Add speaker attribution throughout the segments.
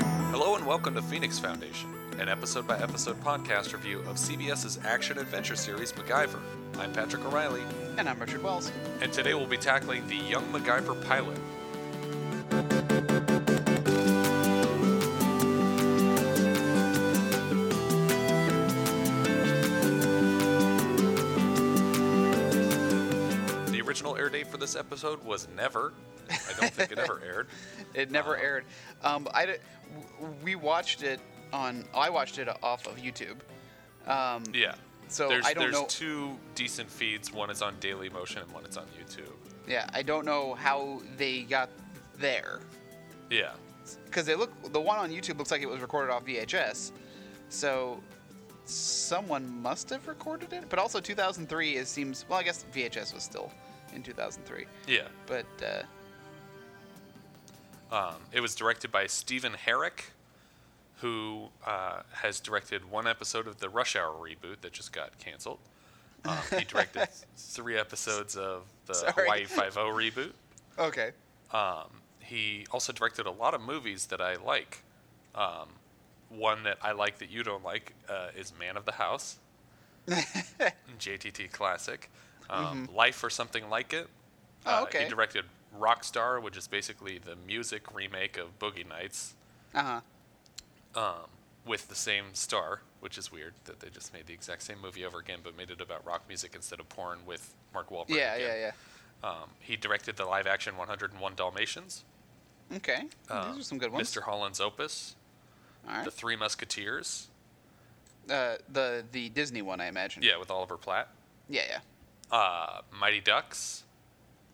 Speaker 1: and welcome to Phoenix Foundation, an episode by episode podcast review of CBS's action adventure series MacGyver. I'm Patrick O'Reilly,
Speaker 2: And I'm Richard Wells.
Speaker 1: and today we'll be tackling the Young MacGyver pilot. The original air date for this episode was never. I don't think it ever aired.
Speaker 2: It never
Speaker 1: Uh,
Speaker 2: aired. Um, I di- w- we watched it on. I watched it off of YouTube. Um,
Speaker 1: Yeah.
Speaker 2: So
Speaker 1: there's,
Speaker 2: I don't
Speaker 1: there's
Speaker 2: know-
Speaker 1: two decent feeds. One is on Daily Motion and one is on YouTube.
Speaker 2: yeah, I don't know how they got there
Speaker 1: Yeah.
Speaker 2: because they look. The one on YouTube looks like it was recorded off VHS. So someone must have recorded it. But also 2003 is seems. Well, I guess VHS was still in 2003.
Speaker 1: Yeah.
Speaker 2: But uh,
Speaker 1: Um, it was directed by Stephen Herrick, who uh, has directed one episode of the Rush Hour reboot that just got canceled. Um, he directed three episodes of the
Speaker 2: Sorry.
Speaker 1: Hawaii Five O reboot.
Speaker 2: okay.
Speaker 1: Um, he also directed a lot of movies that I like. Um, one that I like that you don't like uh, is Man of the House, JTT classic, um, Life or something like it.
Speaker 2: Mm-hmm. Oh,
Speaker 1: Uh,
Speaker 2: okay.
Speaker 1: He directed Rockstar, which is basically the music remake of Boogie Nights
Speaker 2: Uh huh.
Speaker 1: um, with the same star, which is weird that they just made the exact same movie over again, but made it about rock music instead of porn with Mark Wahlberg.
Speaker 2: Yeah,
Speaker 1: again.
Speaker 2: yeah,
Speaker 1: Um, he directed the live action 101 Dalmatians,
Speaker 2: yeah. Okay.
Speaker 1: uh,
Speaker 2: Oh, These are some good ones.
Speaker 1: Mr. Holland's Opus,
Speaker 2: All right.
Speaker 1: The Three Musketeers,
Speaker 2: Uh, the the Disney one, I imagine.
Speaker 1: yeah, with Oliver Platt,
Speaker 2: Yeah, yeah.
Speaker 1: uh, Mighty Ducks,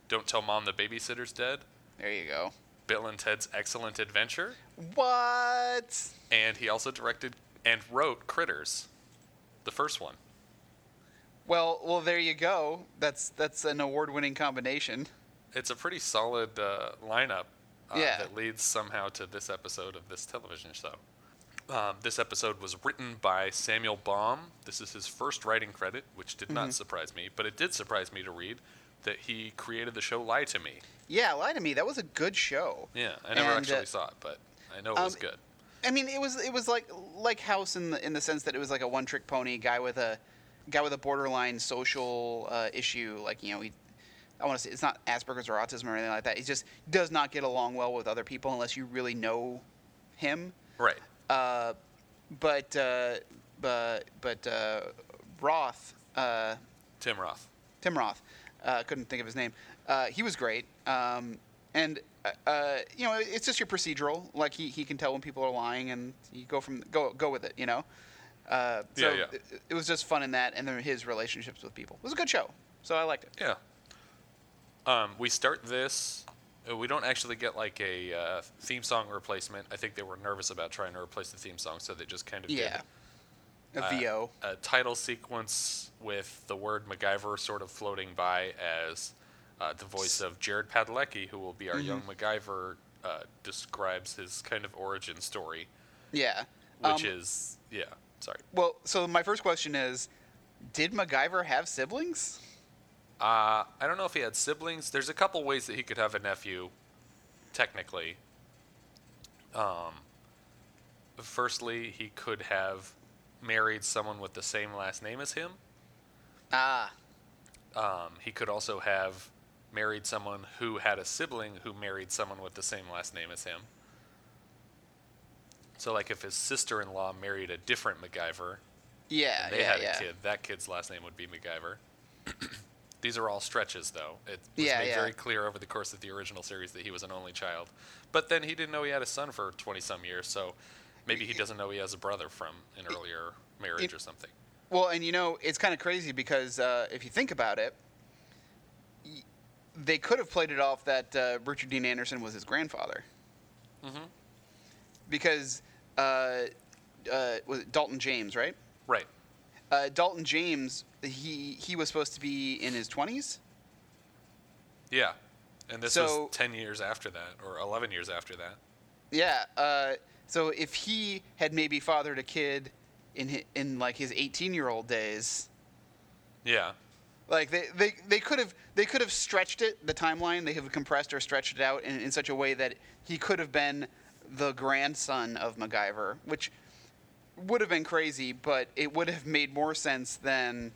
Speaker 1: Don't Tell Mom the Babysitter's Dead,
Speaker 2: There you go.
Speaker 1: Bill and Ted's Excellent Adventure,
Speaker 2: What?
Speaker 1: and he also directed and wrote Critters, the first one.
Speaker 2: Well, well, there you go. That's that's an award-winning combination.
Speaker 1: it's a pretty solid uh, lineup uh,
Speaker 2: Yeah.
Speaker 1: that leads somehow to this episode of this television show. Um, this episode was written by Samuel Baum. This is his first writing credit, which did
Speaker 2: Mm-hmm.
Speaker 1: not surprise me, but it did surprise me to read that he created the show Lie to Me.
Speaker 2: Yeah, lie to me. That was a good show.
Speaker 1: Yeah, I never
Speaker 2: And, uh,
Speaker 1: actually saw it, but I know it was
Speaker 2: um,
Speaker 1: good.
Speaker 2: I mean, it was it was like like House in the in the sense that it was like a one-trick pony guy with a guy with a borderline social uh, issue. Like you know, he I want to say it's not Asperger's or autism or anything like that. He just does not get along well with other people unless you really know him.
Speaker 1: Right.
Speaker 2: Uh, but uh, but but uh, Roth, uh,
Speaker 1: Tim Roth.
Speaker 2: Tim Roth, uh, couldn't think of his name. Uh, he was great, um, and uh, uh, you know it's just your procedural. Like he, he can tell when people are lying, and you go from go go with it. You know. Uh, so
Speaker 1: Yeah, yeah.
Speaker 2: It, it was just fun in that, and then his relationships with people. It was a good show, so I liked it.
Speaker 1: Yeah. Um, we start this. uh, We don't actually get like a uh, theme song replacement. I think they were nervous about trying to replace the theme song, so they just kind of did
Speaker 2: Yeah. A
Speaker 1: uh,
Speaker 2: VO.
Speaker 1: a title sequence with the word MacGyver sort of floating by as uh, the voice of Jared Padalecki, who will be our
Speaker 2: Mm-hmm.
Speaker 1: young MacGyver, uh, describes his kind of origin story,
Speaker 2: Yeah.
Speaker 1: which
Speaker 2: Um,
Speaker 1: is yeah. Sorry,
Speaker 2: well. So my first question is, did MacGyver have siblings?
Speaker 1: uh, I don't know if he had siblings. There's a couple ways that he could have a nephew, technically. Um, firstly, he could have married someone with the same last name as him.
Speaker 2: Ah,
Speaker 1: Um, he could also have married someone who had a sibling who married someone with the same last name as him. So, like, if his sister-in-law married a different MacGyver,
Speaker 2: yeah,
Speaker 1: they
Speaker 2: Uh, yeah,
Speaker 1: had
Speaker 2: yeah.
Speaker 1: a kid. That kid's last name would be MacGyver. These are all stretches, though. It was
Speaker 2: Yeah,
Speaker 1: made
Speaker 2: yeah.
Speaker 1: very clear over the course of the original series that he was an only child. But then he didn't know he had a son for twenty-some years, so maybe he doesn't know he has a brother from an earlier marriage
Speaker 2: it-
Speaker 1: or something.
Speaker 2: Well, and you know, it's kind of crazy because uh, if you think about it, y- they could have played it off that uh, Richard Dean Anderson was his grandfather.
Speaker 1: Mhm.
Speaker 2: Because uh, uh, was it Dalton James, right?
Speaker 1: Right.
Speaker 2: Uh, Dalton James, he he was supposed to be in his twenties.
Speaker 1: Yeah. And this
Speaker 2: So-
Speaker 1: was 10 years after that, or 11 years after that.
Speaker 2: Yeah. Uh, so if he had maybe fathered a kid in hi- in like his eighteen year old days,
Speaker 1: Yeah.
Speaker 2: Like they, they, they could have they could have stretched it the timeline. They have compressed or stretched it out in, in such a way that he could have been the grandson of MacGyver, which would have been crazy, but it would have made more sense than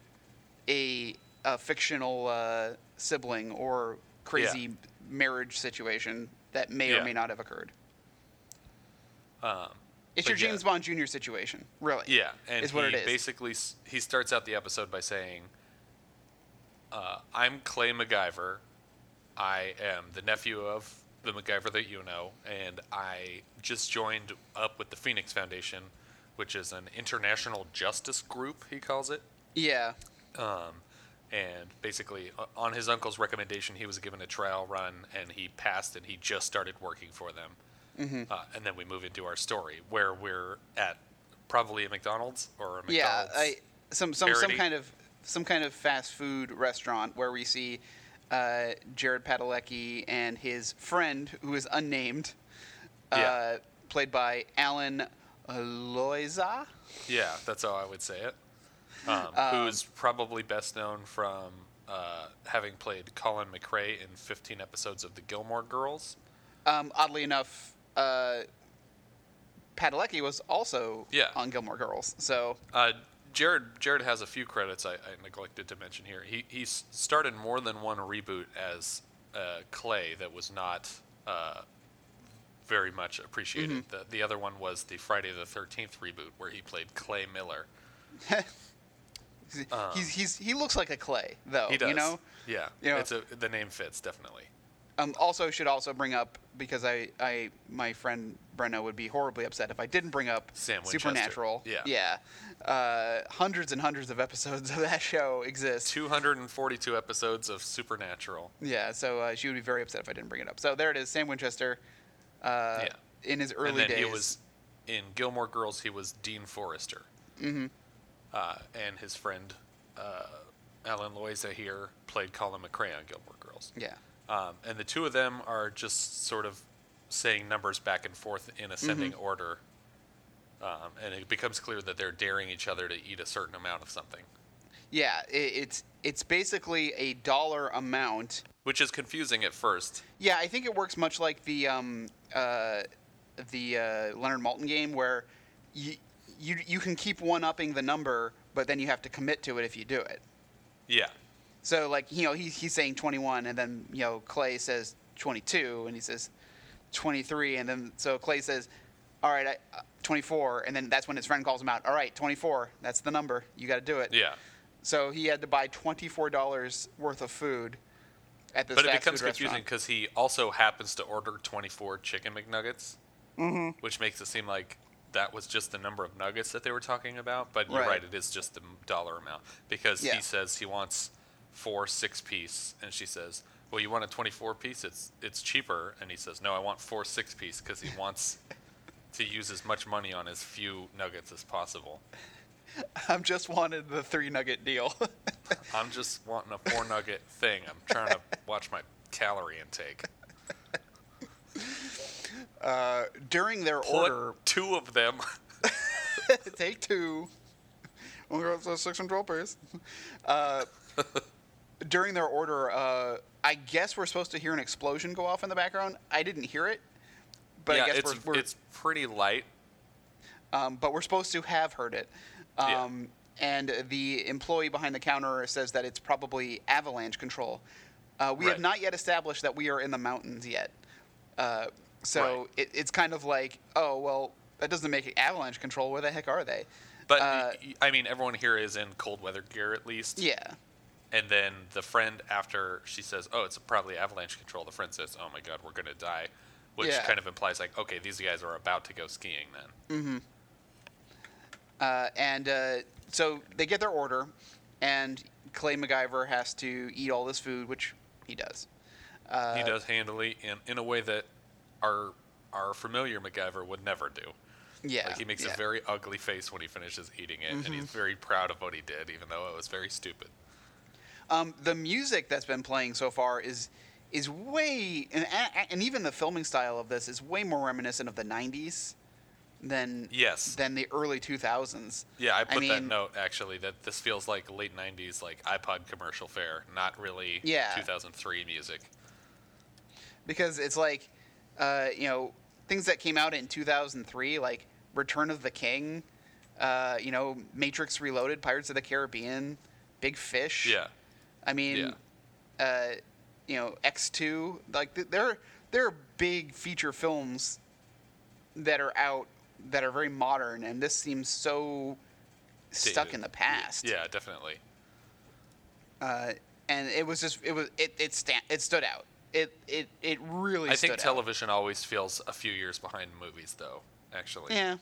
Speaker 2: a, a fictional uh, sibling or crazy marriage situation that may
Speaker 1: Yeah.
Speaker 2: or may not have occurred.
Speaker 1: Um,
Speaker 2: It's
Speaker 1: but
Speaker 2: your
Speaker 1: yeah.
Speaker 2: James Bond Jr. situation, really.
Speaker 1: Yeah, and
Speaker 2: is what
Speaker 1: he
Speaker 2: it is.
Speaker 1: basically s- he starts out the episode by saying, uh, "I'm Clay MacGyver. I am the nephew of the MacGyver that you know, and I just joined up with the Phoenix Foundation, which is an international justice group. He calls it."
Speaker 2: yeah.
Speaker 1: Um, and basically, o- on his uncle's recommendation, he was given a trial run, and he passed, and he just started working for them.
Speaker 2: Mm-hmm.
Speaker 1: Uh, and then we move into our story, where we're at probably a McDonald's or a McDonald's.
Speaker 2: Yeah, I, some some some
Speaker 1: parody.
Speaker 2: kind of some kind of fast food restaurant where we see uh, Jared Padalecki and his friend who is unnamed, uh,
Speaker 1: Yeah.
Speaker 2: played by Alan Loiza.
Speaker 1: Yeah, that's how I would say it. Um, who's probably best known from uh, having played Colin McRae in 15 episodes of The Gilmore Girls.
Speaker 2: Um, oddly enough, uh, Padalecki was also
Speaker 1: Yeah.
Speaker 2: on Gilmore Girls, so
Speaker 1: Uh, Jared Jared has a few credits I, I neglected to mention here. He he s- started more than one reboot as uh, Clay that was not uh, very much appreciated.
Speaker 2: Mm-hmm.
Speaker 1: The the other one was the Friday the Thirteenth reboot where he played Clay Miller.
Speaker 2: he's,
Speaker 1: Um,
Speaker 2: he's, he's he looks like a clay though.
Speaker 1: He does.
Speaker 2: Oh, You know.
Speaker 1: Yeah.
Speaker 2: Yeah.
Speaker 1: It's a the name fits definitely.
Speaker 2: Um, also, should also bring up because I, I, my friend Brenna would be horribly upset if I didn't bring up
Speaker 1: Sam Winchester.
Speaker 2: Supernatural.
Speaker 1: Yeah.
Speaker 2: yeah. Uh, hundreds and hundreds of episodes of that show exist.
Speaker 1: Two hundred and forty two episodes of Supernatural.
Speaker 2: Yeah, so uh, she would be very upset if I didn't bring it up. So there it is, Sam Winchester. Uh,
Speaker 1: Yeah.
Speaker 2: In his early
Speaker 1: and then
Speaker 2: days.
Speaker 1: he was in Gilmore Girls. He was Dean Forrester, mm-hmm. uh, and his friend uh, Alan Loiza here played Colin McRae on Gilmore Girls.
Speaker 2: yeah.
Speaker 1: Um, and the two of them are just sort of saying numbers back and forth in ascending
Speaker 2: Mm-hmm.
Speaker 1: order, um, and it becomes clear that they're daring each other to eat a certain amount of something,
Speaker 2: Yeah. i it's it's basically a dollar amount.
Speaker 1: which is confusing at first.
Speaker 2: Yeah, I think it works much like the um, uh, the uh, Leonard Malton game, where you you you can keep one upping the number, but then you have to commit to it if you do it.
Speaker 1: Yeah,
Speaker 2: So like you know he, he's saying 21, and then you know Clay says 22, and he says 23, and then so Clay says, all right, I, uh, 24, and then that's when his friend calls him out. All right, 24, that's the number. You got to do it.
Speaker 1: yeah.
Speaker 2: So he had to buy 24 dollars worth of food at this
Speaker 1: But it
Speaker 2: fast
Speaker 1: becomes
Speaker 2: food
Speaker 1: confusing
Speaker 2: restaurant.
Speaker 1: because he also happens to order 24 chicken McNuggets,
Speaker 2: Mm-hmm.
Speaker 1: which makes it seem like that was just the number of nuggets that they were talking about. But you're
Speaker 2: Right.
Speaker 1: right, it is just the m- dollar amount because
Speaker 2: Yeah.
Speaker 1: he says he wants four six piece, and she says, "Well, you want a 24 piece? It's it's cheaper." And he says, "No, I want four six piece because he wants to use as much money on as few nuggets as possible."
Speaker 2: I'm just wanted the three nugget deal.
Speaker 1: I'm just wanting a four nugget thing. I'm trying to watch my calorie intake.
Speaker 2: During their order,
Speaker 1: Put two of them.
Speaker 2: take two. Only got the six and twelve pairs. Uh, during their order, uh, I guess we're supposed to hear an explosion go off in the background. I didn't hear it, but
Speaker 1: yeah,
Speaker 2: I guess
Speaker 1: it's
Speaker 2: we're, we're
Speaker 1: it's pretty light.
Speaker 2: um, but we're supposed to have heard it.
Speaker 1: Yeah.
Speaker 2: Um, And the employee behind the counter says that it's probably avalanche control. Uh, we have
Speaker 1: Right.
Speaker 2: not yet established that we are in the mountains yet. Uh, so
Speaker 1: Right.
Speaker 2: it, it's kind of like, oh, well, that doesn't make it avalanche control. Where the heck are they?
Speaker 1: But
Speaker 2: Uh,
Speaker 1: y- y- I mean, everyone here is in cold weather gear at least.
Speaker 2: yeah.
Speaker 1: And then the friend, after she says, "Oh, it's probably avalanche control," the friend says, "Oh my god, we're gonna die," which
Speaker 2: Yeah.
Speaker 1: kind of implies like, okay, these guys are about to go skiing then.
Speaker 2: Uh, and uh, so they get their order, and Clay MacGyver has to eat all this food, which he does. Uh,
Speaker 1: he does handily in in a way that our our familiar MacGyver would never do.
Speaker 2: Yeah.
Speaker 1: Like he makes
Speaker 2: yeah. Mm-hmm.
Speaker 1: a very ugly face when he finishes eating it, and he's very proud of what he did, even though it was very stupid.
Speaker 2: Um, the music that's been playing so far is is way, and, and even the filming style of this is way more reminiscent of the '90s than
Speaker 1: Yes.
Speaker 2: than the early 2000s.
Speaker 1: Yeah, I put that
Speaker 2: mean-
Speaker 1: note actually that this feels like late '90s, like iPod commercial fare, not really
Speaker 2: Yeah.
Speaker 1: 2003 music.
Speaker 2: because it's like, uh, you know, things that came out in 2003, like Return of the King, uh, you know, Matrix Reloaded, Pirates of the Caribbean, Big Fish.
Speaker 1: Yeah.
Speaker 2: I mean, uh, you know, X2. Like th- there, there are big feature films that are out that are very modern, and this seems so stuck
Speaker 1: Dated.
Speaker 2: in the past.
Speaker 1: Yeah, definitely.
Speaker 2: Uh, and it was just it was it it stand, it stood out. It it it really.
Speaker 1: I
Speaker 2: stood
Speaker 1: think
Speaker 2: out.
Speaker 1: television always feels a few years behind movies, though. Actually,
Speaker 2: Yeah.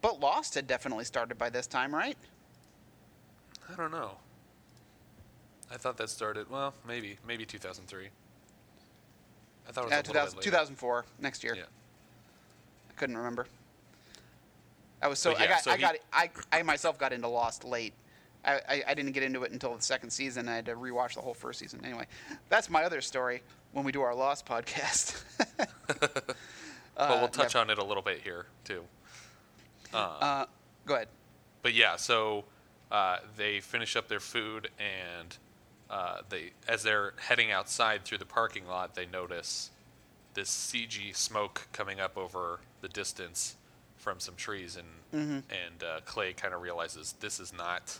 Speaker 2: But Lost had definitely started by this time, right?
Speaker 1: I don't know. I thought that started well, maybe maybe 2003. I thought it was a
Speaker 2: Uh,
Speaker 1: little
Speaker 2: 2000,
Speaker 1: bit later.
Speaker 2: 2004, next year.
Speaker 1: Yeah.
Speaker 2: I couldn't remember. I was so
Speaker 1: But
Speaker 2: I
Speaker 1: yeah,
Speaker 2: got
Speaker 1: so
Speaker 2: I
Speaker 1: he-
Speaker 2: got I I myself got into Lost late. I, I, I didn't get into it until the second season. I had to rewatch the whole first season. Anyway, that's my other story when we do our Lost podcast.
Speaker 1: but we'll touch on it a little bit here too.
Speaker 2: Uh, go ahead.
Speaker 1: But yeah, so uh, they finish up their food and uh, they, as they're heading outside through the parking lot, they notice this CG smoke coming up over the distance from some trees, and and uh, Clay kind of realizes this is not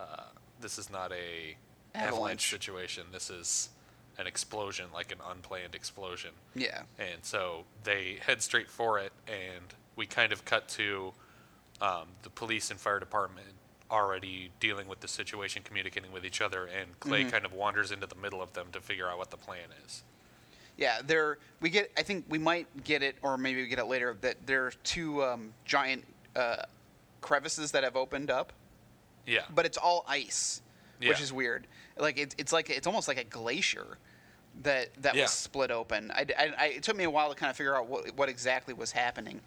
Speaker 1: uh, this is not a
Speaker 2: Avalanche.
Speaker 1: avalanche situation. This is an explosion, like an unplanned explosion.
Speaker 2: Yeah.
Speaker 1: And so they head straight for it, and we kind of cut to um, the police and fire department already dealing with the situation, communicating with each other, and Clay
Speaker 2: Mm-hmm.
Speaker 1: kind of wanders into the middle of them to figure out what the plan is.
Speaker 2: Yeah, there we get. I think we might get it, or maybe we get it later. That there are two um, giant uh, crevices that have opened up,
Speaker 1: Yeah.
Speaker 2: but it's all ice, which
Speaker 1: Yeah.
Speaker 2: is weird. Like it, it's like it's almost like a glacier that that
Speaker 1: Yeah.
Speaker 2: was split open. I, I- I- it took me a while to kind of figure out what what exactly was happening,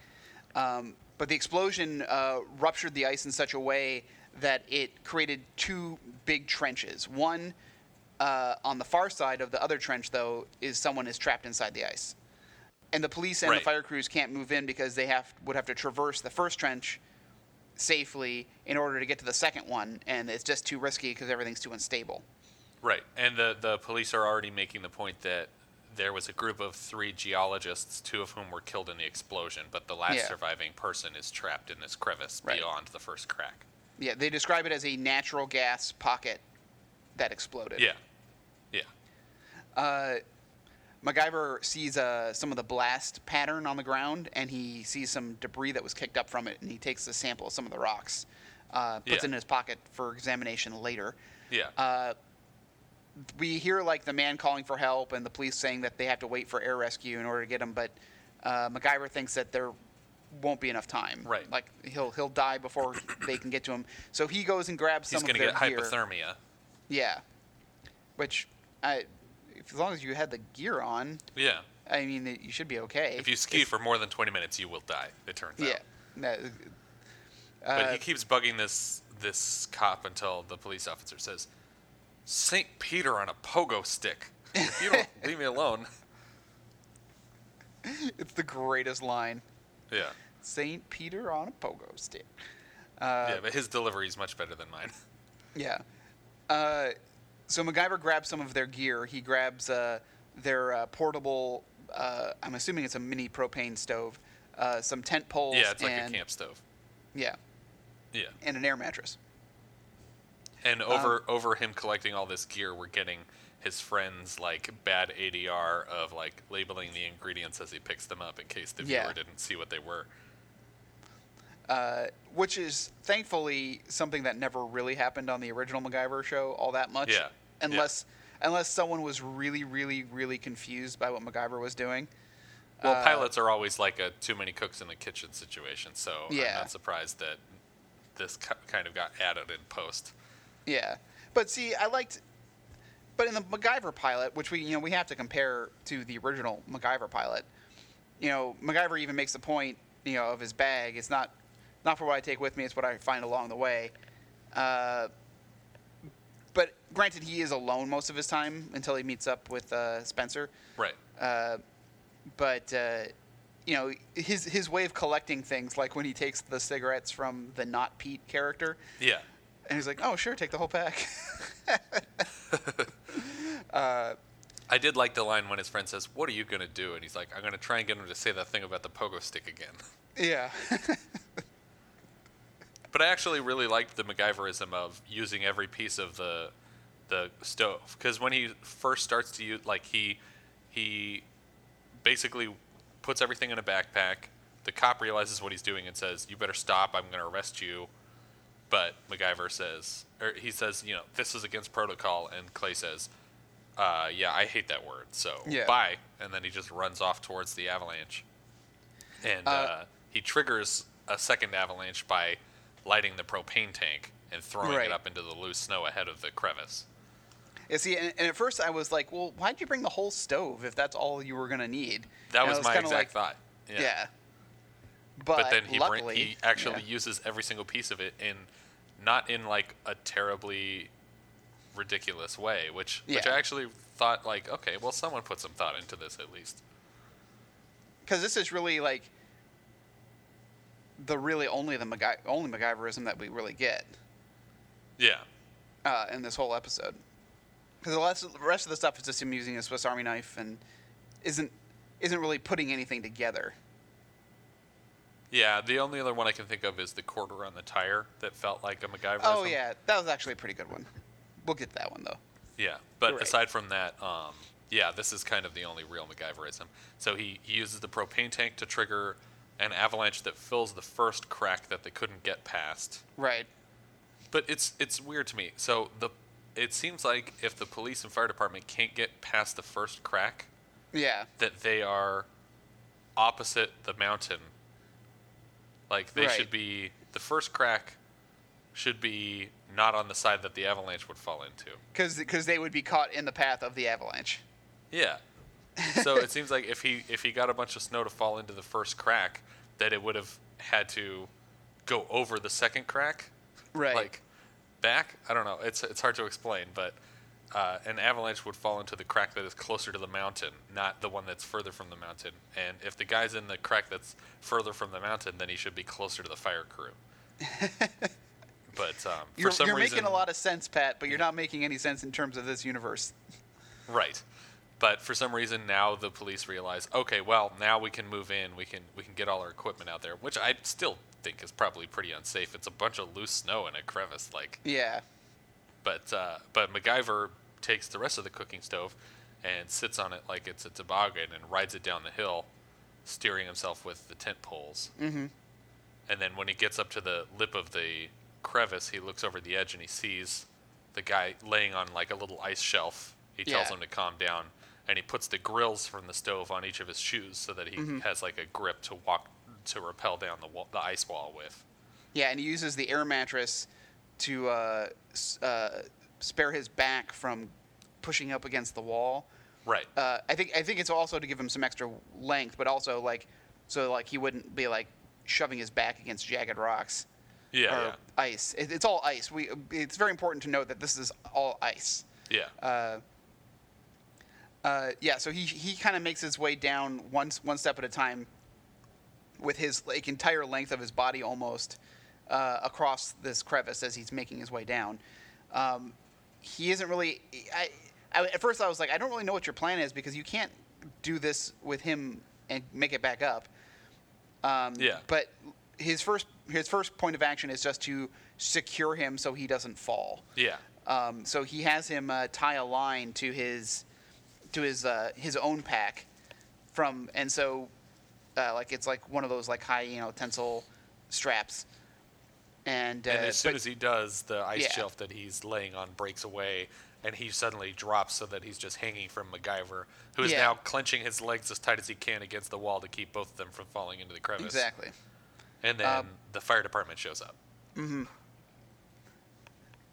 Speaker 2: um, but the explosion uh, ruptured the ice in such a way that it created two big trenches. One. Uh, on the far side of the other trench, though, is someone is trapped inside the ice and the police and
Speaker 1: Right.
Speaker 2: the fire crews can't move in because they have would have to traverse the first trench safely in order to get to the second one, and it's just too risky because everything's too unstable.
Speaker 1: Right. And the, the police are already making the point that there was a group of three geologists, two of whom were killed in the explosion, but the last
Speaker 2: Yeah.
Speaker 1: surviving person is trapped in this crevice
Speaker 2: Right.
Speaker 1: beyond the first crack.
Speaker 2: Yeah, they describe it as a natural gas pocket that exploded.
Speaker 1: Yeah. Yeah.
Speaker 2: MacGyver sees uh, some of the blast pattern on the ground, and he sees some debris that was kicked up from it, and he takes a sample of some of the rocks, uh, puts it
Speaker 1: Yeah.
Speaker 2: in his pocket for examination later.
Speaker 1: Yeah.
Speaker 2: uh, we hear like the man calling for help and the police saying that they have to wait for air rescue in order to get him, but uh, MacGyver thinks that there won't be enough time.
Speaker 1: Right.
Speaker 2: Like he'll he'll die before they can get to him. So he goes and grabs
Speaker 1: He's
Speaker 2: some
Speaker 1: going
Speaker 2: of
Speaker 1: to
Speaker 2: their
Speaker 1: get
Speaker 2: gear.
Speaker 1: hypothermia.
Speaker 2: Yeah. Which, I, if, as long as you had the gear on,
Speaker 1: Yeah.
Speaker 2: I mean, it- you should be okay.
Speaker 1: If you ski for more than 20 minutes, you will die. It turns
Speaker 2: yeah.
Speaker 1: out.
Speaker 2: No,
Speaker 1: But
Speaker 2: uh,
Speaker 1: he keeps bugging this this cop until the police officer says, "Saint Peter on a pogo stick. If you don't leave me alone."
Speaker 2: it's the greatest line.
Speaker 1: Yeah.
Speaker 2: Saint Peter on a pogo stick. Uh,
Speaker 1: yeah, but his delivery is much better than mine.
Speaker 2: Yeah. Uh, so MacGyver grabs some of their gear. He grabs uh, their uh, portable. Uh, I'm assuming it's a mini propane stove, uh, some tent poles.
Speaker 1: Yeah, it's like
Speaker 2: and,
Speaker 1: a camp stove.
Speaker 2: Yeah,
Speaker 1: Yeah.
Speaker 2: and an air mattress.
Speaker 1: And
Speaker 2: Um,
Speaker 1: over over him collecting all this gear, we're getting his friends like bad ADR of like labeling the ingredients as he picks them up in case the
Speaker 2: Yeah.
Speaker 1: viewer didn't see what they were.
Speaker 2: Uh, which is thankfully something that never really happened on the original MacGyver show all that much.
Speaker 1: Yeah, yeah.
Speaker 2: Unless unless someone was really, really, really confused by what MacGyver was doing.
Speaker 1: Well,
Speaker 2: Uh,
Speaker 1: pilots are always like a too many cooks in the kitchen situation, so
Speaker 2: Yeah.
Speaker 1: I'm not surprised that this ki- kind of got added in post.
Speaker 2: Yeah, but see, I liked, but in the MacGyver pilot, which we you know we have to compare to the original MacGyver pilot, you know MacGyver even makes the point you know of his bag. It's not not for what I take with me; it's what I find along the way. Uh, but granted, he is alone most of his time until he meets up with uh, Spencer.
Speaker 1: Right.
Speaker 2: Uh, but uh, you know his his way of collecting things, like when he takes the cigarettes from the not Pete character.
Speaker 1: Yeah.
Speaker 2: And he's like, "Oh, sure, take the whole pack."
Speaker 1: I did like the line when his friend says, "What are you gonna do?" and he's like, "I'm gonna try and get him to say that thing about the pogo stick again."
Speaker 2: Yeah.
Speaker 1: But I actually really liked the MacGyverism of using every piece of the the stove because when he first starts to use, like he he basically puts everything in a backpack. The cop realizes what he's doing and says, "You better stop. I'm going to arrest you." But MacGyver says, or he says, "You know, this is against protocol." And Clay says, uh, "Yeah, I hate that word. So
Speaker 2: Yeah.
Speaker 1: bye." And then he just runs off towards the avalanche and uh, he triggers a second avalanche by lighting the propane tank and throwing
Speaker 2: Right.
Speaker 1: it up into the loose snow ahead of the crevice.
Speaker 2: yeah see, and, and at first I was like, well, why'd you bring the whole stove if that's all you were gonna need?
Speaker 1: That
Speaker 2: And I
Speaker 1: was, my
Speaker 2: kinda
Speaker 1: exact
Speaker 2: like,
Speaker 1: thought. Yeah.
Speaker 2: Yeah. But,
Speaker 1: But, then he bring-
Speaker 2: luckily,
Speaker 1: he actually
Speaker 2: yeah.
Speaker 1: uses every single piece of it in not in like a terribly ridiculous way, which which
Speaker 2: Yeah.
Speaker 1: I actually thought like, okay, well someone put some thought into this at least.
Speaker 2: because this is really like the really only the MacGy- only MacGyverism that we really get
Speaker 1: Yeah.
Speaker 2: uh, in this whole episode. Because the rest, the rest of the stuff is just him using a Swiss Army knife and isn't isn't really putting anything together.
Speaker 1: Yeah, the only other one I can think of is the quarter on the tire that felt like a MacGyver.
Speaker 2: Oh yeah, that was actually a pretty good one. We'll get to that one though.
Speaker 1: Yeah, but
Speaker 2: Right.
Speaker 1: aside from that, um, yeah, this is kind of the only real MacGyverism. So he, he uses the propane tank to trigger an avalanche that fills the first crack that they couldn't get past.
Speaker 2: Right.
Speaker 1: But it's it's weird to me. So the it seems like if the police and fire department can't get past the first crack,
Speaker 2: Yeah.
Speaker 1: that they are opposite the mountain. Like they
Speaker 2: Right.
Speaker 1: should be the first crack should be not on the side that the avalanche would fall into.
Speaker 2: Because they would be caught in the path of the avalanche.
Speaker 1: Yeah. So it seems like if he if he got a bunch of snow to fall into the first crack, that it would have had to go over the second crack,
Speaker 2: Right.
Speaker 1: like back. I don't know. It's it's hard to explain, but uh, an avalanche would fall into the crack that is closer to the mountain, not the one that's further from the mountain. And if the guy's in the crack that's further from the mountain, then he should be closer to the fire crew. but um,
Speaker 2: you're
Speaker 1: for some
Speaker 2: you're
Speaker 1: reason,
Speaker 2: making a lot of sense, Pat, but you're not making any sense in terms of this universe.
Speaker 1: Right. But for some reason now the police realize, okay, well, now we can move in, we can we can get all our equipment out there, which I still think is probably pretty unsafe. It's a bunch of loose snow in a crevice like.
Speaker 2: Yeah.
Speaker 1: But uh, but MacGyver takes the rest of the cooking stove and sits on it like it's a toboggan and rides it down the hill, steering himself with the tent poles. Mm-hmm. And then when he gets up to the lip of the crevice, he looks over the edge and he sees the guy laying on like a little ice shelf. He tells
Speaker 2: Yeah.
Speaker 1: him to calm down, and he puts the grills from the stove on each of his shoes so that he
Speaker 2: Mm-hmm.
Speaker 1: has like a grip to walk to rappel down the wall, the ice wall with.
Speaker 2: Yeah, and he uses the air mattress to uh, s- uh, spare his back from pushing up against the wall.
Speaker 1: Right.
Speaker 2: Uh, I think I think it's also to give him some extra length, but also like so like he wouldn't be like shoving his back against jagged rocks
Speaker 1: yeah.
Speaker 2: or ice. It, it's all ice. We it's very important to note that this is all ice.
Speaker 1: Yeah. Yeah.
Speaker 2: Uh, yeah, so he he kind of makes his way down one s- one step at a time, with his like entire length of his body almost uh, across this crevice as he's making his way down. Um, he isn't really. I, I at first I was like, I don't really know what your plan is because you can't do this with him and make it back up. Um,
Speaker 1: Yeah.
Speaker 2: But his first his first point of action is just to secure him so he doesn't fall.
Speaker 1: yeah.
Speaker 2: Um, so he has him uh, tie a line to his to his uh, his own pack from, and so uh, like it's like one of those like high you know tensile straps. And, uh,
Speaker 1: And as soon
Speaker 2: but-
Speaker 1: as he does, the ice
Speaker 2: Yeah.
Speaker 1: shelf that he's laying on breaks away, and he suddenly drops so that he's just hanging from MacGyver, who is
Speaker 2: Yeah.
Speaker 1: now clenching his legs as tight as he can against the wall to keep both of them from falling into the crevice.
Speaker 2: exactly.
Speaker 1: And then
Speaker 2: Um,
Speaker 1: the fire department shows up.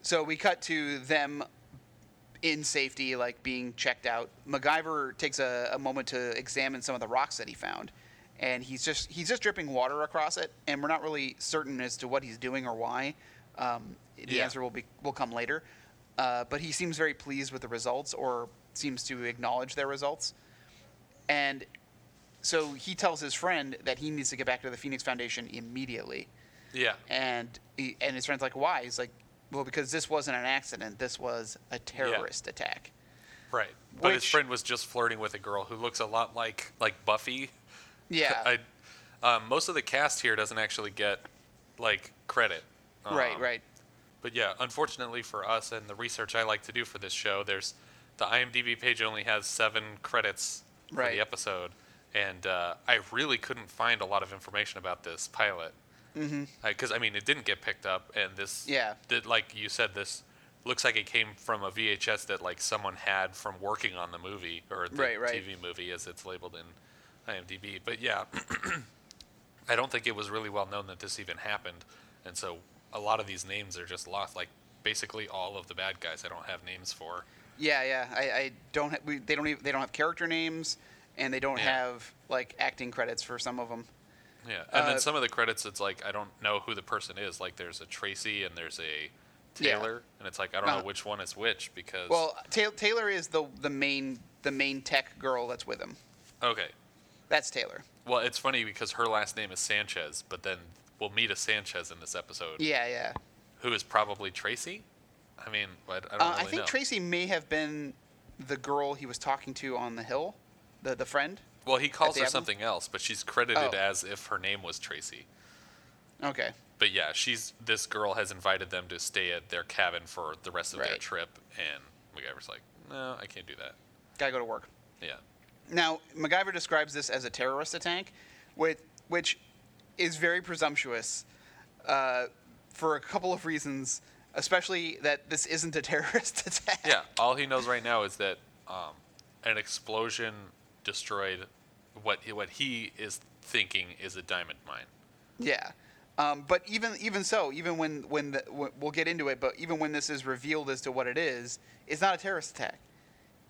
Speaker 2: So we cut to them in safety, like being checked out. MacGyver takes a, a moment to examine some of the rocks that he found, and he's just he's just dripping water across it, and we're not really certain as to what he's doing or why. Um, the
Speaker 1: Yeah.
Speaker 2: answer will be will come later, uh, but he seems very pleased with the results, or seems to acknowledge their results, and so he tells his friend that he needs to get back to the Phoenix Foundation immediately
Speaker 1: Yeah.
Speaker 2: and he, and his friend's like, "Why?" He's like, "Well, because this wasn't an accident. This was a terrorist attack."
Speaker 1: Right. But his
Speaker 2: Which-
Speaker 1: friend was just flirting with a girl who looks a lot like like Buffy.
Speaker 2: Yeah.
Speaker 1: I, um, most of the cast here doesn't actually get like credit. Um,
Speaker 2: right. Right.
Speaker 1: But yeah, unfortunately for us and the research I like to do for this show, there's the IMDb page only has seven credits for
Speaker 2: Right.
Speaker 1: the episode, and uh, I really couldn't find a lot of information about this pilot. Because mm I mean, it didn't get picked up, and this
Speaker 2: Mm-hmm. Yeah.
Speaker 1: did like you said this looks like it came from a VHS that like someone had from working on the movie or the
Speaker 2: Right, right.
Speaker 1: TV movie as it's labeled in IMDb. But yeah, I don't think it was really well known that this even happened, and so a lot of these names are just lost. Like basically all of the bad guys, I don't have names for.
Speaker 2: Yeah. Yeah. I, I don't. Ha- we, they don't. Even, they don't have character names, and they don't
Speaker 1: Yeah.
Speaker 2: have like acting credits for some of them.
Speaker 1: Yeah, and
Speaker 2: Uh,
Speaker 1: then some of the credits, it's like I don't know who the person is. Like there's a Tracy and there's a
Speaker 2: Yeah.
Speaker 1: Taylor, and it's like I don't
Speaker 2: Uh-huh.
Speaker 1: know which one is which because
Speaker 2: Well, Ta- Taylor is the the main the main tech girl that's with him.
Speaker 1: okay,
Speaker 2: That's Taylor.
Speaker 1: Well, it's funny because her last name is Sanchez, but then we'll meet a Sanchez in this episode,
Speaker 2: Yeah. Yeah.
Speaker 1: who is probably Tracy. I mean, I, I don't
Speaker 2: Uh,
Speaker 1: really
Speaker 2: I think
Speaker 1: know.
Speaker 2: Tracy may have been the girl he was talking to on the hill, the the friend.
Speaker 1: well, he calls
Speaker 2: the
Speaker 1: her
Speaker 2: Avenue?
Speaker 1: something else, but she's credited
Speaker 2: Oh.
Speaker 1: as if her name was Tracy.
Speaker 2: Okay.
Speaker 1: But yeah, she's this girl has invited them to stay at their cabin for the rest of their
Speaker 2: Right.
Speaker 1: trip, and MacGyver's like, "No, I can't do that."
Speaker 2: Gotta go to work.
Speaker 1: Yeah,
Speaker 2: Now, MacGyver describes this as a terrorist attack, with, which is very presumptuous uh, for a couple of reasons, especially that this isn't a terrorist attack.
Speaker 1: yeah. All he knows right now is that um, an explosion destroyed what he, what he is thinking is a diamond mine.
Speaker 2: Yeah. Um, but even even so, even when when the, w- we'll get into it, but even when this is revealed as to what it is, it's not a terrorist attack.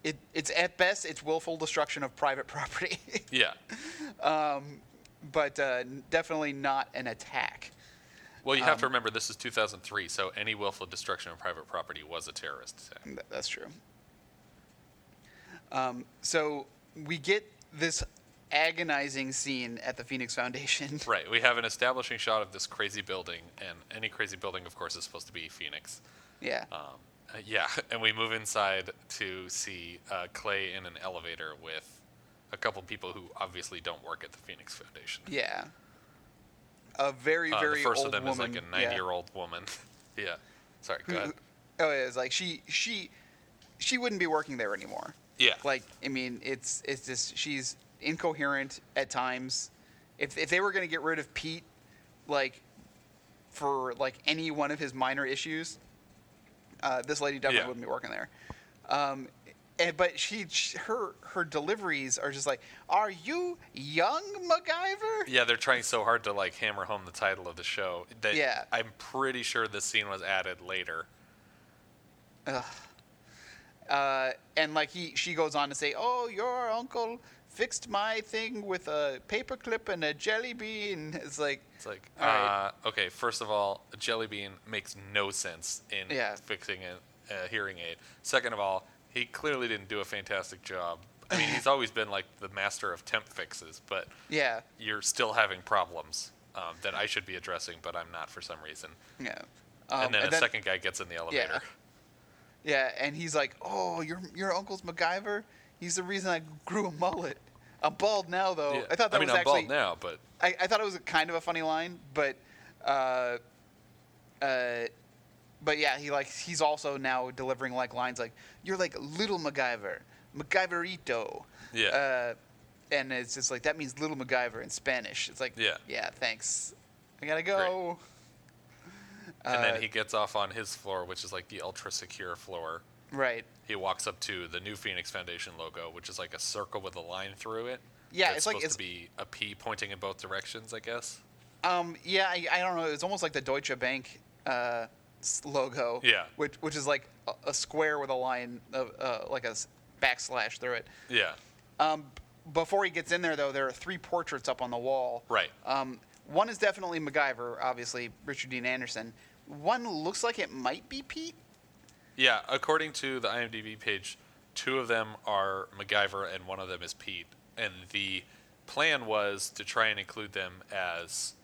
Speaker 2: It, it's at best it's willful destruction of private property,
Speaker 1: Yeah.
Speaker 2: but uh, definitely not an attack.
Speaker 1: Well, you have
Speaker 2: Um,
Speaker 1: to remember this is 2003, so any willful destruction of private property was a terrorist attack.
Speaker 2: Th- That's true. Um, so we get this agonizing scene at the Phoenix Foundation.
Speaker 1: Right. We have an establishing shot of this crazy building, and any crazy building, of course, is supposed to be Phoenix.
Speaker 2: yeah.
Speaker 1: Um, uh, yeah, and we move inside to see uh, Clay in an elevator with a couple people who obviously don't work at the Phoenix Foundation.
Speaker 2: Yeah. A very,
Speaker 1: Uh,
Speaker 2: very
Speaker 1: the first
Speaker 2: old
Speaker 1: of them
Speaker 2: woman.
Speaker 1: is like a
Speaker 2: yeah,
Speaker 1: nine-year-old woman. yeah. Sorry. Go
Speaker 2: who-
Speaker 1: ahead.
Speaker 2: who- Oh, yeah, it's like she she she wouldn't be working there anymore.
Speaker 1: Yeah.
Speaker 2: Like, I mean, it's it's just she's incoherent at times. If if they were gonna get rid of Pete, like for like any one of his minor issues, uh, this lady definitely
Speaker 1: Yeah.
Speaker 2: wouldn't be working there. Um, and, but she, sh her her deliveries are just like, "Are you young MacGyver?"
Speaker 1: Yeah, they're trying so hard to like hammer home the title of the show. That
Speaker 2: Yeah.
Speaker 1: I'm pretty sure this scene was added later.
Speaker 2: Ugh. Uh, and like he, she goes on to say, "Oh, your uncle fixed my thing with a paperclip and a jelly bean." It's like,
Speaker 1: It's like,
Speaker 2: All right.
Speaker 1: uh, okay, first of all, a jelly bean makes no sense in
Speaker 2: Yeah.
Speaker 1: fixing a, a hearing aid. Second of all, he clearly didn't do a fantastic job. I mean, he's always been like the master of temp fixes, but
Speaker 2: yeah,
Speaker 1: you're still having problems um, that I should be addressing, but I'm not for some reason.
Speaker 2: yeah. Um,
Speaker 1: and then a second guy gets in the elevator.
Speaker 2: yeah, and he's like, "Oh, your your uncle's MacGyver. He's the reason I grew a mullet. I'm bald now, though.
Speaker 1: Yeah.
Speaker 2: Oh, I thought that
Speaker 1: mean,
Speaker 2: was
Speaker 1: I'm
Speaker 2: actually
Speaker 1: bald now, but
Speaker 2: I, I thought it was a kind of a funny line, but uh, uh, but yeah, he like he's also now delivering like lines like you're like little MacGyver, MacGyverito.
Speaker 1: Yeah.
Speaker 2: Uh, and it's just like that means little MacGyver in Spanish. It's like
Speaker 1: Yeah.
Speaker 2: yeah, thanks. I gotta go.
Speaker 1: and
Speaker 2: Uh,
Speaker 1: then he gets off on his floor, which is like the ultra secure floor.
Speaker 2: Right.
Speaker 1: he walks up to the new Phoenix Foundation logo, which is like a circle with a line through it.
Speaker 2: Yeah,
Speaker 1: That's
Speaker 2: it's like-
Speaker 1: supposed to
Speaker 2: it's-
Speaker 1: be a P pointing in both directions, I guess.
Speaker 2: Um, yeah, I, I don't know. It's almost like the Deutsche Bank uh, s- logo.
Speaker 1: Yeah.
Speaker 2: Which which is like a, a square with a line of uh, like a s- backslash through it.
Speaker 1: Yeah,
Speaker 2: Um, before he gets in there, though, there are three portraits up on the wall.
Speaker 1: Right.
Speaker 2: Um, one is definitely MacGyver, obviously Richard Dean Anderson. One looks like it might be Pete.
Speaker 1: yeah. According to the IMDb page, two of them are MacGyver and one of them is Pete. And the plan was to try and include them as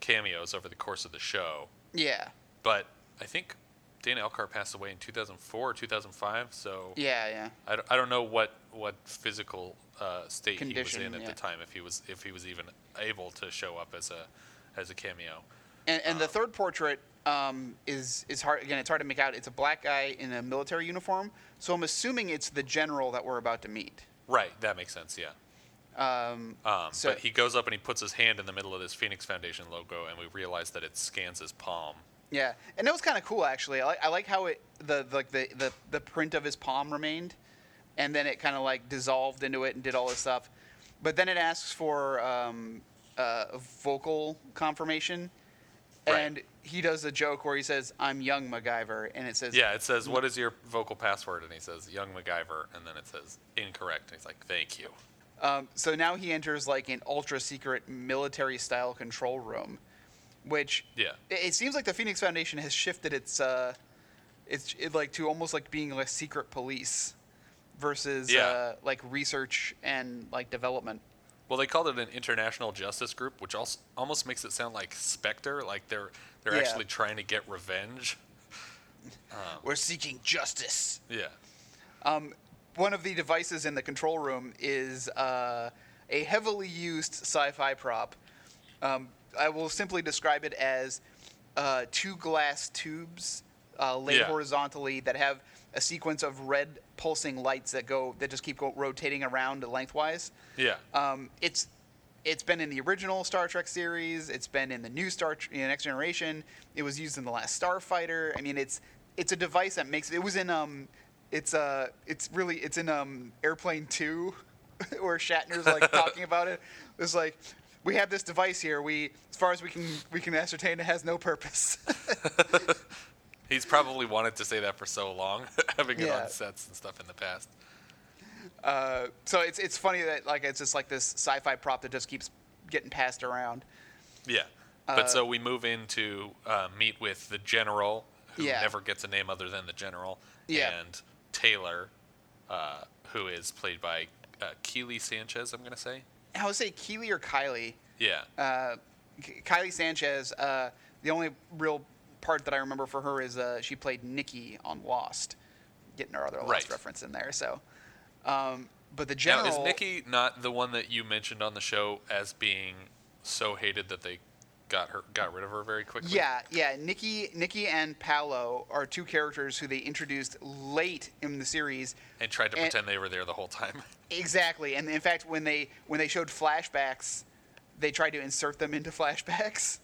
Speaker 1: cameos over the course of the show,
Speaker 2: Yeah.
Speaker 1: but I think Dana Elkhart passed away in 2004 or 2005, so
Speaker 2: Yeah, yeah.
Speaker 1: I, don't, I don't know what what physical uh, state
Speaker 2: Condition,
Speaker 1: he was in at
Speaker 2: yeah.
Speaker 1: the time if he was if he was even able to show up as a as a cameo.
Speaker 2: And, and the
Speaker 1: Uh-huh.
Speaker 2: third portrait um, is is hard again. It's hard to make out. It's a black guy in a military uniform, so I'm assuming it's the general that we're about to meet.
Speaker 1: Right, that makes sense. Yeah.
Speaker 2: Um,
Speaker 1: Um,
Speaker 2: So-
Speaker 1: but he goes up and he puts his hand in the middle of this Phoenix Foundation logo, and we realize that it scans his palm.
Speaker 2: yeah, and that was kind of cool actually. I like I like how it the like the, the the print of his palm remained, and then it kind of like dissolved into it and did all this stuff, but then it asks for um, uh, vocal confirmation,
Speaker 1: Right.
Speaker 2: and he does a joke where he says, "I'm young MacGyver," and it says,
Speaker 1: Yeah, it says, "What is your vocal password?" And he says, "Young MacGyver," and then it says, "Incorrect." And he's like, "Thank you."
Speaker 2: Um, so now he enters like an ultra secret military style control room, which
Speaker 1: Yeah.
Speaker 2: it, it seems like the Phoenix Foundation has shifted its uh, it's it, like to almost like being like secret police versus
Speaker 1: Yeah.
Speaker 2: uh, like research and like development.
Speaker 1: Well, they called it an international justice group, which also almost makes it sound like Spectre, like they're they're
Speaker 2: Yeah.
Speaker 1: actually trying to get revenge.
Speaker 2: We're seeking justice.
Speaker 1: Yeah.
Speaker 2: Um, one of the devices in the control room is uh, a heavily used sci-fi prop. Um, I will simply describe it as uh, two glass tubes uh, laid
Speaker 1: Yeah.
Speaker 2: horizontally that have a sequence of red pulsing lights that go that just keep go, rotating around lengthwise.
Speaker 1: Yeah.
Speaker 2: Um, it's it's been in the original Star Trek series. It's been in the new Star Tr- you know, Next Generation. It was used in the last Starfighter. I mean, it's it's a device that makes it was in um it's uh it's really it's in um Airplane Two, where Shatner's like talking about it. It's like we have this device here. We as far as we can we can ascertain it has no purpose.
Speaker 1: He's probably wanted to say that for so long, having it
Speaker 2: Yeah.
Speaker 1: on sets and stuff in the past.
Speaker 2: Uh, so it's it's funny that like it's just like this sci-fi prop that just keeps getting passed around.
Speaker 1: Yeah. But
Speaker 2: Uh,
Speaker 1: so we move in to uh, meet with the general, who
Speaker 2: Yeah.
Speaker 1: never gets a name other than the general,
Speaker 2: Yeah.
Speaker 1: and Taylor, uh, who is played by uh, Keely Sanchez, I'm going to say.
Speaker 2: I would say Keely or Kylie.
Speaker 1: Yeah.
Speaker 2: uh, K- Kylie Sanchez. Uh, the only real part that I remember for her is uh, she played Nikki on Lost, getting her other Lost
Speaker 1: Right.
Speaker 2: reference in there. So, um, but the
Speaker 1: now,
Speaker 2: general
Speaker 1: is Nikki not the one that you mentioned on the show as being so hated that they got her got rid of her very quickly?
Speaker 2: Yeah, yeah. Nikki, Nikki, and Paolo are two characters who they introduced late in the series.
Speaker 1: And tried to
Speaker 2: And-
Speaker 1: pretend they were there the whole time.
Speaker 2: Exactly, and in fact, when they when they showed flashbacks, they tried to insert them into flashbacks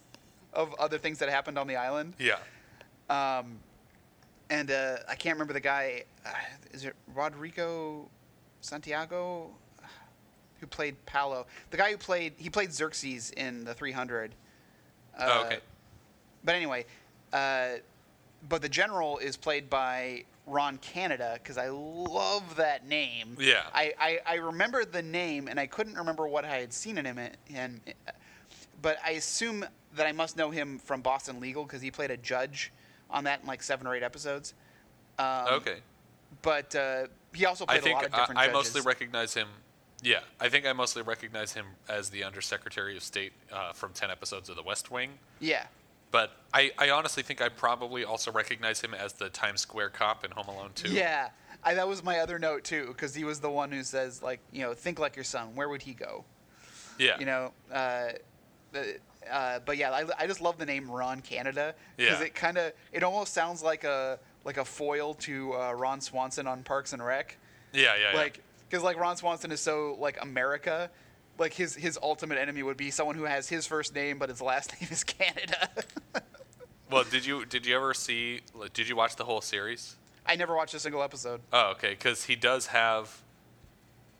Speaker 2: of other things that happened on the island.
Speaker 1: yeah.
Speaker 2: Um, and uh, I can't remember the guy. Uh, is it Rodrigo Santiago who played Paolo? The guy who played he played Xerxes in the 300. Uh,
Speaker 1: Oh, okay.
Speaker 2: But anyway, uh, but the general is played by Ron Canada because I love that name.
Speaker 1: Yeah.
Speaker 2: I, I I remember the name and I couldn't remember what I had seen in him in- and. But I assume that I must know him from Boston Legal because he played a judge on that in like seven or eight episodes. Um,
Speaker 1: okay.
Speaker 2: But uh, he also
Speaker 1: I
Speaker 2: played a
Speaker 1: think
Speaker 2: lot of
Speaker 1: I,
Speaker 2: different
Speaker 1: I
Speaker 2: judges.
Speaker 1: mostly recognize him. Yeah, I think I mostly recognize him as the Undersecretary of State uh, from ten episodes of The West Wing.
Speaker 2: yeah.
Speaker 1: But I, I honestly think I probably also recognize him as the Times Square cop in Home Alone 2.
Speaker 2: Yeah. I, that was my other note too because he was the one who says like you know think like your son. Where would he go?
Speaker 1: yeah,
Speaker 2: you know. Uh, the- uh, but yeah, I, I just love the name Ron Canada because
Speaker 1: Yeah.
Speaker 2: it kind of it almost sounds like a like a foil to uh, Ron Swanson on Parks and Rec,
Speaker 1: yeah, yeah, yeah.
Speaker 2: like because like Ron Swanson is so like America, like his his ultimate enemy would be someone who has his first name but his last name is Canada.
Speaker 1: Well, did you did you ever see? like, Did you watch the whole series?
Speaker 2: I never watched a single episode.
Speaker 1: Oh, okay, because he does have.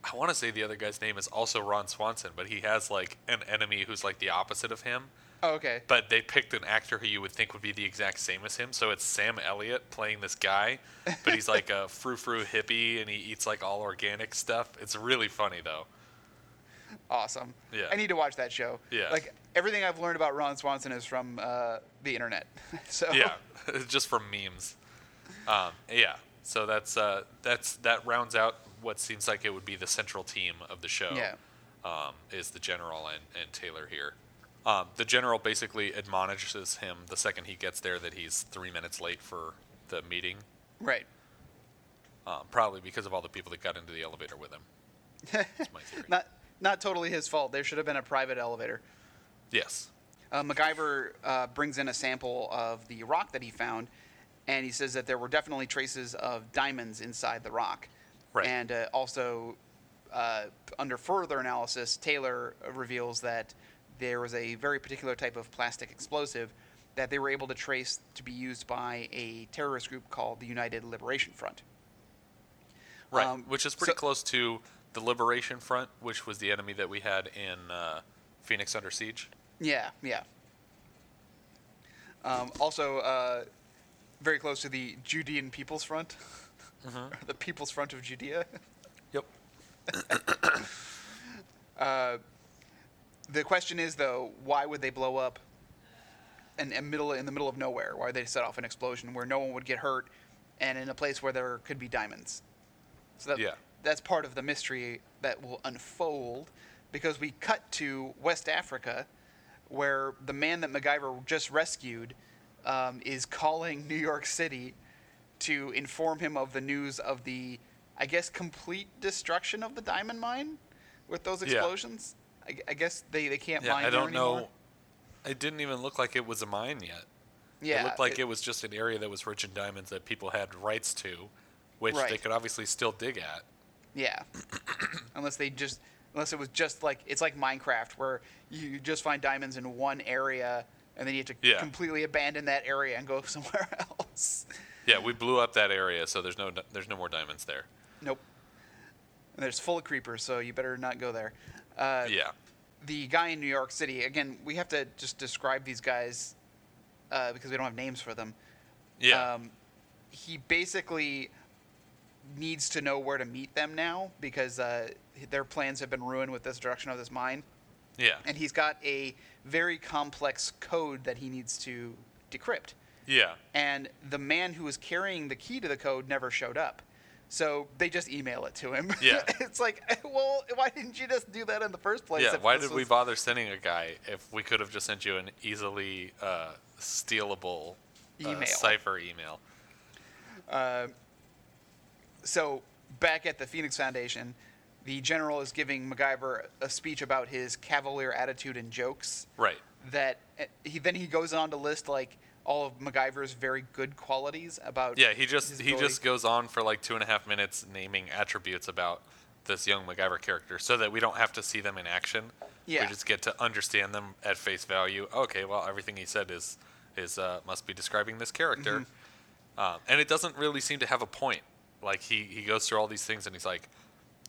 Speaker 1: I want to say the other guy's name is also Ron Swanson, but he has like an enemy who's like the opposite of him.
Speaker 2: Oh, okay.
Speaker 1: but they picked an actor who you would think would be the exact same as him. So it's Sam Elliott playing this guy, but he's like a frou frou hippie and he eats like all organic stuff. It's really funny though.
Speaker 2: Awesome.
Speaker 1: Yeah.
Speaker 2: I need to watch that show.
Speaker 1: Yeah.
Speaker 2: Like everything I've learned about Ron Swanson is from uh, the internet. so
Speaker 1: Yeah, just from memes. Um, yeah, so that's uh, that's that rounds out what seems like it would be the central team of the show.
Speaker 2: Yeah.
Speaker 1: um, is the general and, and Taylor here. Um, the general basically admonishes him the second he gets there that he's three minutes late for the meeting,
Speaker 2: Right.
Speaker 1: um, probably because of all the people that got into the elevator with him. That's my theory.
Speaker 2: Not not totally his fault. There should have been a private elevator.
Speaker 1: yes.
Speaker 2: Uh, MacGyver uh, brings in a sample of the rock that he found, and he says that there were definitely traces of diamonds inside the rock.
Speaker 1: Right.
Speaker 2: And uh, also, uh, under further analysis, Taylor reveals that there was a very particular type of plastic explosive that they were able to trace to be used by a terrorist group called the United Liberation Front.
Speaker 1: Right,
Speaker 2: Um,
Speaker 1: which is pretty
Speaker 2: so-
Speaker 1: close to the Liberation Front, which was the enemy that we had in uh, Phoenix Under Siege.
Speaker 2: Yeah, yeah. Um, also, uh, very close to the Judean People's Front, Or the People's Front of Judea.
Speaker 1: Yep.
Speaker 2: The question is, though, why would they blow up in, in middle in the middle of nowhere? Why would they set off an explosion where no one would get hurt, and in a place where there could be diamonds? So that,
Speaker 1: Yeah.
Speaker 2: that's part of the mystery that will unfold, because we cut to West Africa, where the man that MacGyver just rescued um, is calling New York City to inform him of the news of the, I guess, complete destruction of the diamond mine with those
Speaker 1: Yeah.
Speaker 2: explosions. I, I guess they, they can't
Speaker 1: Yeah,
Speaker 2: mine
Speaker 1: I
Speaker 2: there
Speaker 1: don't know.
Speaker 2: anymore.
Speaker 1: It didn't even look like it was a mine yet.
Speaker 2: Yeah,
Speaker 1: it looked like it, was just an area that was rich in diamonds that people had rights to, which they
Speaker 2: Right.
Speaker 1: could obviously still dig at.
Speaker 2: Yeah, unless they just unless it was just like it's like Minecraft where you just find diamonds in one area and then you have to
Speaker 1: Yeah.
Speaker 2: completely abandon that area and go somewhere else.
Speaker 1: Yeah, we blew up that area, so there's no there's no more diamonds there.
Speaker 2: nope. And there's full of creepers, so you better not go there. Uh,
Speaker 1: yeah.
Speaker 2: the guy in New York City again. We have to just describe these guys uh, because we don't have names for them.
Speaker 1: Yeah.
Speaker 2: Um, he basically needs to know where to meet them now because uh, their plans have been ruined with this direction of this mine,
Speaker 1: yeah.
Speaker 2: and he's got a very complex code that he needs to decrypt.
Speaker 1: yeah.
Speaker 2: And the man who was carrying the key to the code never showed up. So they just email it to him.
Speaker 1: Yeah.
Speaker 2: it's like, well, why didn't you just do that in the first place?
Speaker 1: Yeah,
Speaker 2: if
Speaker 1: why
Speaker 2: this
Speaker 1: did we
Speaker 2: was-
Speaker 1: bother sending a guy if we could have just sent you an easily uh, stealable uh,
Speaker 2: Email.
Speaker 1: cipher email?
Speaker 2: so back at the Phoenix Foundation, the general is giving MacGyver a speech about his cavalier attitude and jokes.
Speaker 1: Right.
Speaker 2: That eh, he then he goes on to list like all of MacGyver's very good qualities about.
Speaker 1: Yeah, he just
Speaker 2: his
Speaker 1: he
Speaker 2: ability-
Speaker 1: just goes on for like two and a half minutes naming attributes about this young MacGyver character, so that we don't have to see them in action.
Speaker 2: Yeah.
Speaker 1: We just get to understand them at face value. Okay, well everything he said is is uh, must be describing this character,
Speaker 2: Mm-hmm.
Speaker 1: um, and it doesn't really seem to have a point. Like he he goes through all these things and he's like,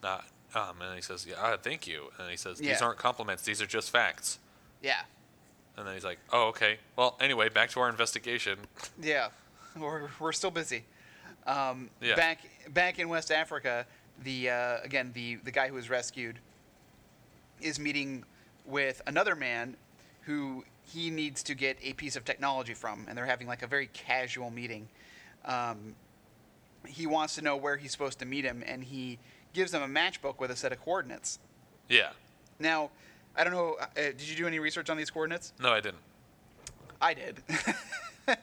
Speaker 1: uh, um, and he says, yeah, uh, thank you, and he says, these
Speaker 2: Yeah.
Speaker 1: aren't compliments, these are just facts.
Speaker 2: Yeah,
Speaker 1: And then he's like, oh okay, well anyway, back to our investigation.
Speaker 2: yeah, we're we're still busy. Um,
Speaker 1: Yeah.
Speaker 2: Back back in West Africa, the uh, again the the guy who was rescued is meeting with another man who he needs to get a piece of technology from, and they're having like a very casual meeting. Um, he wants to know where he's supposed to meet him, and he gives him a matchbook with a set of coordinates.
Speaker 1: Yeah,
Speaker 2: Now, I don't know. Uh, did you do any research on these coordinates?
Speaker 1: no, I didn't.
Speaker 2: I did.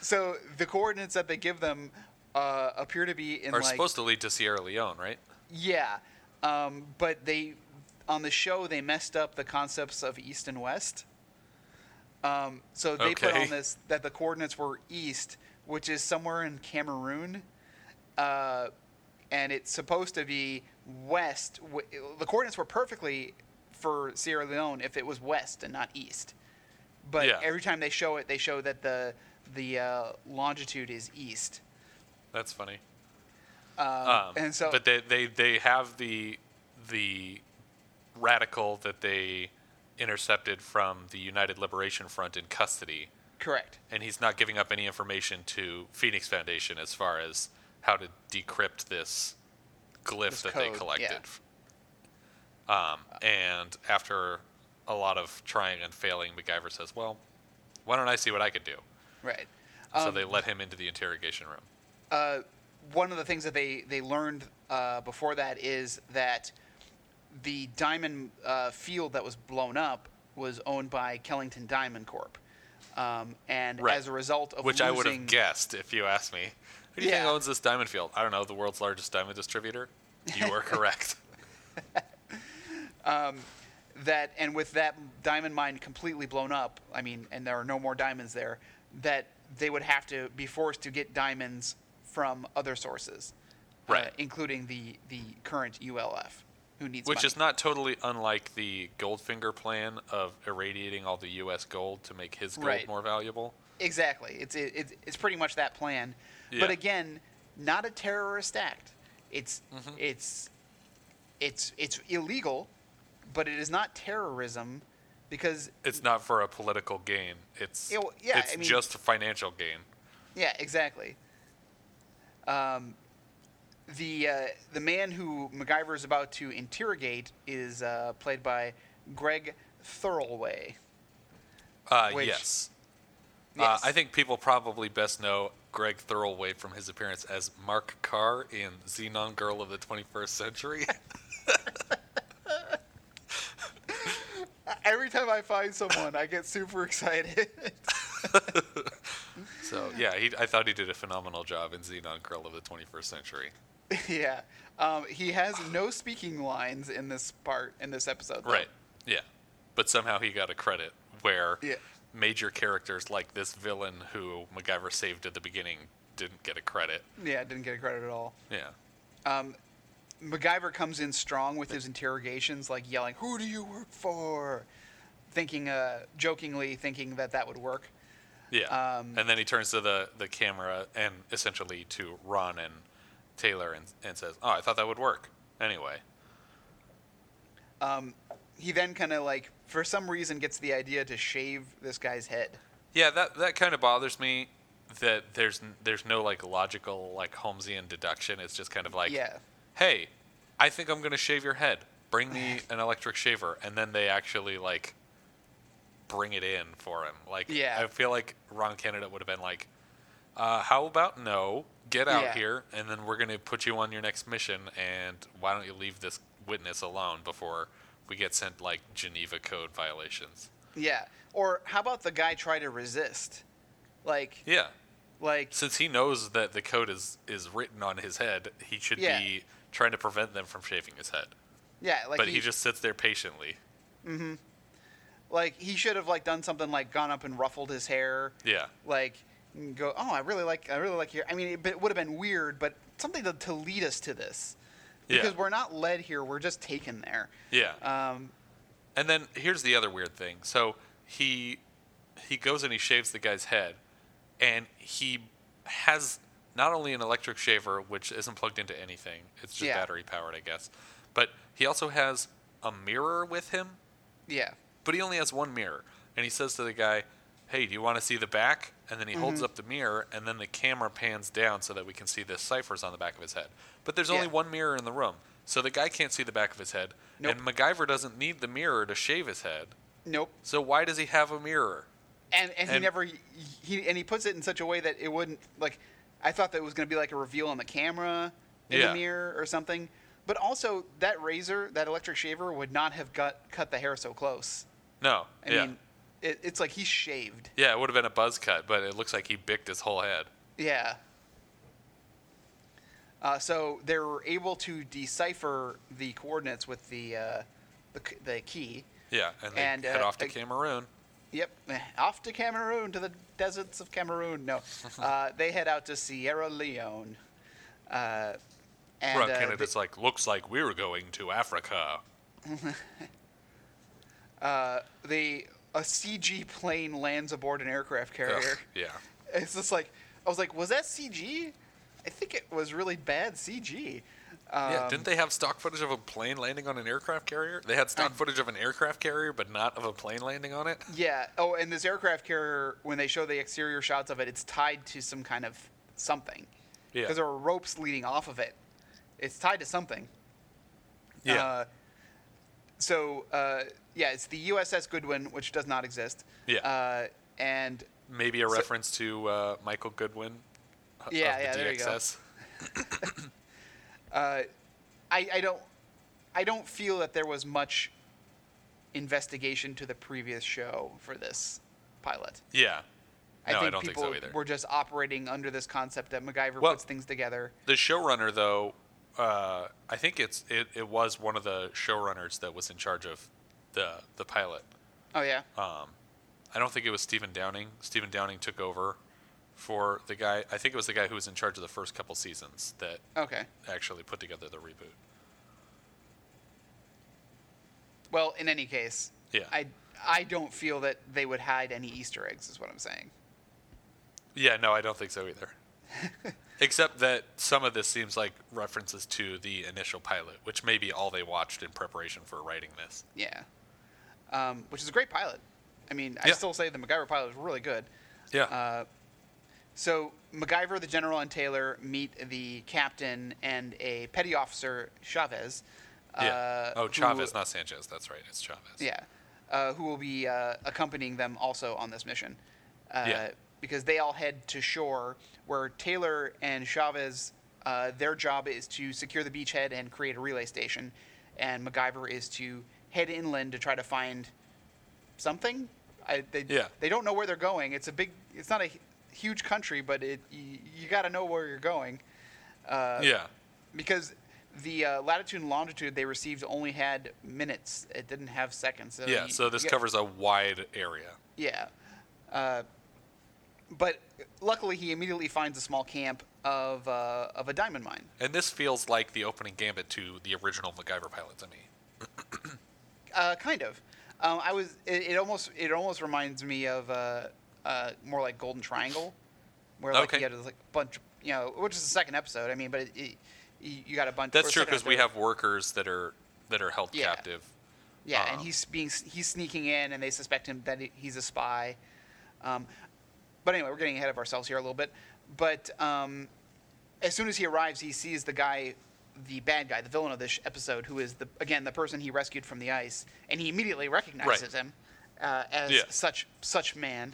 Speaker 2: so the coordinates that they give them uh, appear to be in
Speaker 1: Are
Speaker 2: like
Speaker 1: supposed to lead to Sierra Leone, right?
Speaker 2: yeah, um, but they on the show they messed up the concepts of east and west. Um, so they put
Speaker 1: Okay.
Speaker 2: on this that the coordinates were east, which is somewhere in Cameroon, uh, and it's supposed to be west. W- The coordinates were perfectly for Sierra Leone if it was west and not east. But
Speaker 1: Yeah.
Speaker 2: every time they show it, they show that the the uh, longitude is east.
Speaker 1: That's funny.
Speaker 2: Um,
Speaker 1: Um,
Speaker 2: and so
Speaker 1: but they, they they have the the radical that they intercepted from the United Liberation Front in custody,
Speaker 2: correct.
Speaker 1: and he's not giving up any information to Phoenix Foundation as far as how to decrypt this glyph
Speaker 2: This
Speaker 1: that
Speaker 2: code,
Speaker 1: they
Speaker 2: yeah.
Speaker 1: collected. Um, and after a lot of trying and failing, MacGyver says, "Well, why don't I see what I could do?"
Speaker 2: Right.
Speaker 1: And
Speaker 2: Um,
Speaker 1: so they let him into the interrogation room.
Speaker 2: uh, one of the things that they they learned uh, before that is that the diamond uh, field that was blown up was owned by Kellington Diamond Corp. Um, and
Speaker 1: Right.
Speaker 2: as a result of
Speaker 1: Which I would
Speaker 2: losing-
Speaker 1: have guessed if you asked me. Who do you
Speaker 2: Yeah.
Speaker 1: think owns this diamond field? I don't know. The world's largest diamond distributor. You are correct.
Speaker 2: that and with that diamond mine completely blown up i mean and there are no more diamonds there that they would have to be forced to get diamonds from other sources uh,
Speaker 1: Right.
Speaker 2: including the the current ulf who needs
Speaker 1: Which
Speaker 2: money.
Speaker 1: is not totally unlike the Goldfinger plan of irradiating all the U.S. gold to make his gold
Speaker 2: Right.
Speaker 1: more valuable.
Speaker 2: exactly it's it, it, it's pretty much that plan
Speaker 1: Yeah.
Speaker 2: but again not a terrorist act it's it's it's it's illegal but it is not terrorism because
Speaker 1: It's not for a political gain. It's
Speaker 2: Yeah, well, yeah,
Speaker 1: it's
Speaker 2: I mean-
Speaker 1: just financial gain.
Speaker 2: Yeah, exactly. Um, the uh, the man who MacGyver is about to interrogate is uh, played by Greg Thirlway.
Speaker 1: Uh,
Speaker 2: Which-
Speaker 1: yes.
Speaker 2: Yes.
Speaker 1: Uh, I think people probably best know Greg Thirlway from his appearance as Mark Carr in Xenon Girl of the 21st Century.
Speaker 2: Every time I find someone, I get super excited.
Speaker 1: so yeah, he, I thought he did a phenomenal job in Xenon Girl of the 21st Century.
Speaker 2: yeah, um, he has no speaking lines in this part in this episode. though.
Speaker 1: Right. Yeah. But somehow he got a credit where
Speaker 2: Yeah.
Speaker 1: major characters like this villain who MacGyver saved at the beginning didn't get a credit.
Speaker 2: Yeah, didn't get a credit at all.
Speaker 1: Yeah.
Speaker 2: Um, MacGyver comes in strong with his interrogations, like yelling, "Who do you work for?" Thinking, uh, jokingly, thinking that that would work.
Speaker 1: Yeah.
Speaker 2: Um,
Speaker 1: and then he turns to the, the camera and essentially to Ron and Taylor and, and says, Oh, I thought that would work. Anyway.
Speaker 2: Um, he then kind of like, for some reason, gets the idea to shave this guy's head.
Speaker 1: Yeah, that that kind of bothers me that there's n- there's no like logical like Holmesian deduction. It's just kind of like,
Speaker 2: Yeah.
Speaker 1: hey, I think I'm gonna shave your head. Bring me an electric shaver, and then they actually like bring it in for him. Like,
Speaker 2: Yeah.
Speaker 1: I feel like Ron Candidate would have been like, uh, how about no? Get out
Speaker 2: Yeah.
Speaker 1: here, and then we're gonna put you on your next mission. And why don't you leave this witness alone before we get sent like Geneva Code violations?
Speaker 2: Yeah. Or how about the guy try to resist? Like,
Speaker 1: Yeah.
Speaker 2: like,
Speaker 1: since he knows that the code is is written on his head, he should
Speaker 2: Yeah.
Speaker 1: be trying to prevent them from shaving his head.
Speaker 2: yeah, like
Speaker 1: but he, just sits there patiently.
Speaker 2: like he should have like done something like gone up and ruffled his hair.
Speaker 1: Yeah.
Speaker 2: Like, and go, oh, I really like, I really like your. I mean, it, but it would have been weird, but something to, to lead us to this.
Speaker 1: Yeah.
Speaker 2: Because we're not led here; we're just taken there.
Speaker 1: Yeah.
Speaker 2: Um,
Speaker 1: and then here's the other weird thing. So he he goes and he shaves the guy's head and he has not only an electric shaver which isn't plugged into anything. It's just
Speaker 2: Yeah.
Speaker 1: battery powered, I guess. But he also has a mirror with him
Speaker 2: yeah.
Speaker 1: but he only has one mirror and he says to the guy hey do you want to see the back and then he
Speaker 2: Mm-hmm.
Speaker 1: holds up the mirror and then the camera pans down so that we can see the ciphers on the back of his head but there's only
Speaker 2: Yeah.
Speaker 1: one mirror in the room so the guy can't see the back of his head
Speaker 2: Nope.
Speaker 1: and MacGyver doesn't need the mirror to shave his head
Speaker 2: Nope.
Speaker 1: so why does he have a mirror
Speaker 2: and and he
Speaker 1: And-
Speaker 2: never he and he puts it in such a way that it wouldn't like I thought that it was going to be like a reveal on the camera in
Speaker 1: Yeah.
Speaker 2: the mirror or something. But also that razor, that electric shaver would not have got cut the hair so close.
Speaker 1: no
Speaker 2: I
Speaker 1: yeah
Speaker 2: mean, it, it's like he shaved.
Speaker 1: yeah it would have been a buzz cut but it looks like he bicked his whole head
Speaker 2: Yeah. Uh, so they were able to decipher the coordinates with the uh, the, c- the key.
Speaker 1: yeah and they
Speaker 2: And,
Speaker 1: head
Speaker 2: uh,
Speaker 1: off to
Speaker 2: I-
Speaker 1: cameroon
Speaker 2: Yep, off to Cameroon, to the deserts of Cameroon. No, uh, they head out to Sierra Leone. Uh, and
Speaker 1: Ron
Speaker 2: uh,
Speaker 1: Canada's like looks like we're going to africa
Speaker 2: the, uh, the a CG plane lands aboard an aircraft carrier.
Speaker 1: Ugh, yeah
Speaker 2: It's just like I was like, was that CG? I think it was really bad CG. Um,
Speaker 1: Yeah, didn't they have stock footage of a plane landing on an aircraft carrier? They had stock
Speaker 2: I-
Speaker 1: footage of an aircraft carrier, but not of a plane landing on it.
Speaker 2: Yeah. Oh, and this aircraft carrier, when they show the exterior shots of it, it's tied to some kind of something.
Speaker 1: Yeah.
Speaker 2: Because there are ropes leading off of it. It's tied to something.
Speaker 1: Yeah.
Speaker 2: Uh, so uh, yeah, it's the USS Goodwin, which does not exist.
Speaker 1: Yeah.
Speaker 2: Uh, and
Speaker 1: Maybe a
Speaker 2: so-
Speaker 1: reference to uh, Michael Goodwin uh,
Speaker 2: Yeah,
Speaker 1: of the
Speaker 2: yeah, there you go.
Speaker 1: DXS.
Speaker 2: uh, I, I don't, I don't feel that there was much investigation to the previous show for this pilot.
Speaker 1: Yeah.
Speaker 2: I
Speaker 1: no,
Speaker 2: think
Speaker 1: I don't
Speaker 2: people
Speaker 1: think so either.
Speaker 2: were just operating under this concept that MacGyver
Speaker 1: Well-
Speaker 2: puts things together.
Speaker 1: The showrunner, though, uh, I think it's it, it was one of the showrunners that was in charge of the the pilot.
Speaker 2: Oh yeah,
Speaker 1: Um, I don't think it was Stephen Downing. Stephen Downing took over for the guy. I think it was the guy who was in charge of the first couple seasons that
Speaker 2: okay.
Speaker 1: actually put together the reboot.
Speaker 2: Well, in any case,
Speaker 1: Yeah.
Speaker 2: I I don't feel that they would hide any Easter eggs. Is what I'm saying.
Speaker 1: Yeah, no, I don't think so either. Except that some of this seems like references to the initial pilot, which may be all they watched in preparation for writing this.
Speaker 2: Yeah, um, which is a great pilot. I mean, I
Speaker 1: Yeah.
Speaker 2: still say the MacGyver pilot is really good.
Speaker 1: Yeah.
Speaker 2: Uh, so MacGyver, the general, and Taylor meet the captain and a petty officer, Chavez.
Speaker 1: yeah.
Speaker 2: Uh,
Speaker 1: oh,
Speaker 2: who-
Speaker 1: Chavez, not Sanchez. That's right. It's Chavez.
Speaker 2: Yeah, uh, who will be uh, accompanying them also on this mission. Uh,
Speaker 1: Yeah.
Speaker 2: Because they all head to shore, where Taylor and Chavez, uh, their job is to secure the beachhead and create a relay station, and MacGyver is to head inland to try to find something. I, they,
Speaker 1: Yeah.
Speaker 2: they don't know where they're going. It's a big. It's not a hu- huge country, but it you, you got to know where you're going
Speaker 1: yeah.
Speaker 2: because the uh, latitude and longitude they received only had minutes. It didn't have seconds. So
Speaker 1: Yeah.
Speaker 2: you-
Speaker 1: So this
Speaker 2: you-
Speaker 1: covers a wide area.
Speaker 2: Yeah. Uh, but luckily, he immediately finds a small camp of uh, of a diamond mine.
Speaker 1: And this feels like the opening gambit to the original MacGyver pilot to me.
Speaker 2: Uh, kind of. Um, I was. It, it almost. It almost reminds me of uh, uh, more like Golden Triangle, where like
Speaker 1: Okay.
Speaker 2: you had like a bunch. You know, which is the second episode. I mean, but it, it, you you got a bunch.
Speaker 1: That's
Speaker 2: or
Speaker 1: true
Speaker 2: second
Speaker 1: because we
Speaker 2: episode.
Speaker 1: have workers that are that are held
Speaker 2: Yeah.
Speaker 1: captive.
Speaker 2: Yeah, and
Speaker 1: Um,
Speaker 2: he's being he's sneaking in, and they suspect him that he- he's a spy. Um, but anyway, we're getting ahead of ourselves here a little bit. But um, as soon as he arrives, he sees the guy, the bad guy, the villain of this sh- episode, who is the again the person he rescued from the ice, and he immediately recognizes
Speaker 1: Right.
Speaker 2: him uh, as
Speaker 1: Yeah.
Speaker 2: such such man.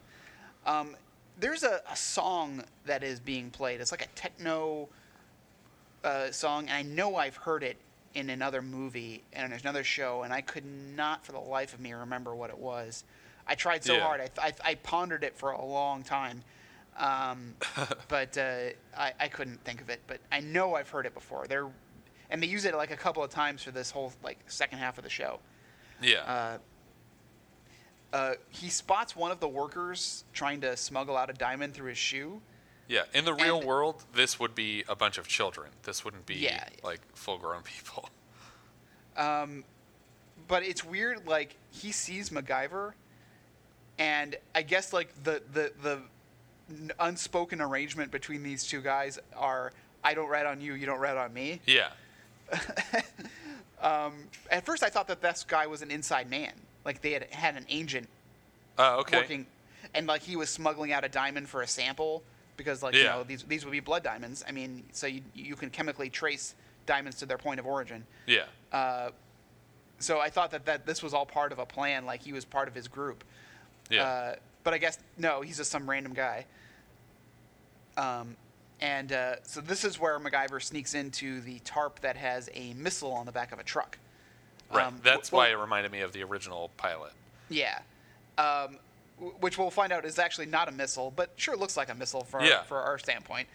Speaker 2: Um, there's a, a song that is being played. It's like a techno uh, song, and I know I've heard it in another movie and there's another show, and I could not for the life of me remember what it was. I tried so
Speaker 1: Yeah.
Speaker 2: hard. I, I, I pondered it for a long time, um, but uh, I, I couldn't think of it. But I know I've heard it before. They're, and they use it like a couple of times for this whole like second half of the show
Speaker 1: Yeah.
Speaker 2: uh, uh, he spots one of the workers trying to smuggle out a diamond through his shoe.
Speaker 1: yeah. In the real
Speaker 2: and-
Speaker 1: world, this would be a bunch of children. This wouldn't be
Speaker 2: Yeah.
Speaker 1: like full-grown people.
Speaker 2: But it's weird, like he sees MacGyver, and I guess like the the the n- unspoken arrangement between these two guys are I don't rat on you, you don't rat on me.
Speaker 1: Yeah.
Speaker 2: At first, I thought that this guy was an inside man, like they had had an agent
Speaker 1: Uh, okay.
Speaker 2: working, and like he was smuggling out a diamond for a sample because like you
Speaker 1: Yeah.
Speaker 2: know these these would be blood diamonds. I mean, so you you can chemically trace diamonds to their point of origin.
Speaker 1: Yeah.
Speaker 2: Uh, so I thought that that this was all part of a plan, like he was part of his group.
Speaker 1: Yeah.
Speaker 2: Uh, but I guess no, he's just some random guy. Um, and uh, so this is where MacGyver sneaks into the tarp that has a missile on the back of a truck.
Speaker 1: right.
Speaker 2: um,
Speaker 1: That's
Speaker 2: well-
Speaker 1: why it reminded me of the original pilot.
Speaker 2: Yeah. Um, w- which we'll find out is actually not a missile, but sure looks like a missile for,
Speaker 1: Yeah.
Speaker 2: our, for our standpoint.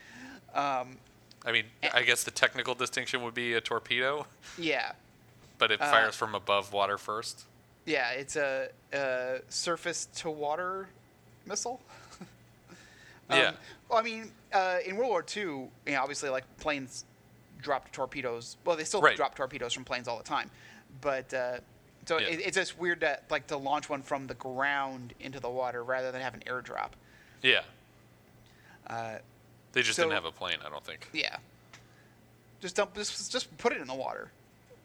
Speaker 2: Um,
Speaker 1: I mean, I guess the technical distinction would be a torpedo,
Speaker 2: yeah.
Speaker 1: but it
Speaker 2: Uh,
Speaker 1: fires from above water first.
Speaker 2: Yeah, it's a, a surface to water missile. Um,
Speaker 1: Yeah.
Speaker 2: Well, I mean, uh, in World War II, you know, obviously, like planes dropped torpedoes. Well, they still
Speaker 1: Right.
Speaker 2: drop torpedoes from planes all the time, but uh, so
Speaker 1: Yeah.
Speaker 2: it, it's just weird that like to launch one from the ground into the water rather than have an airdrop.
Speaker 1: Yeah.
Speaker 2: Uh,
Speaker 1: They just didn't
Speaker 2: So-
Speaker 1: have a plane, I don't think.
Speaker 2: yeah. Just dump. Just just put it in the water.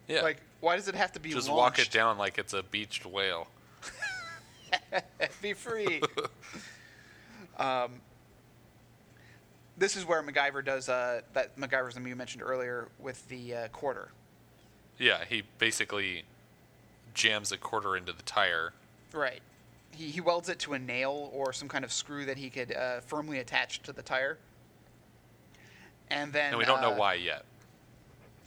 Speaker 1: Yeah.
Speaker 2: Like, why does it have to be
Speaker 1: just walk
Speaker 2: launched?
Speaker 1: it down like it's a beached whale.
Speaker 2: Be free. um, this is where MacGyver does uh, that MacGyverism you mentioned earlier with the uh, quarter.
Speaker 1: Yeah, he basically jams a quarter into the tire.
Speaker 2: Right. He, he welds it to a nail or some kind of screw that he could uh, firmly attach to the tire. And then.
Speaker 1: And we don't know
Speaker 2: uh,
Speaker 1: why yet.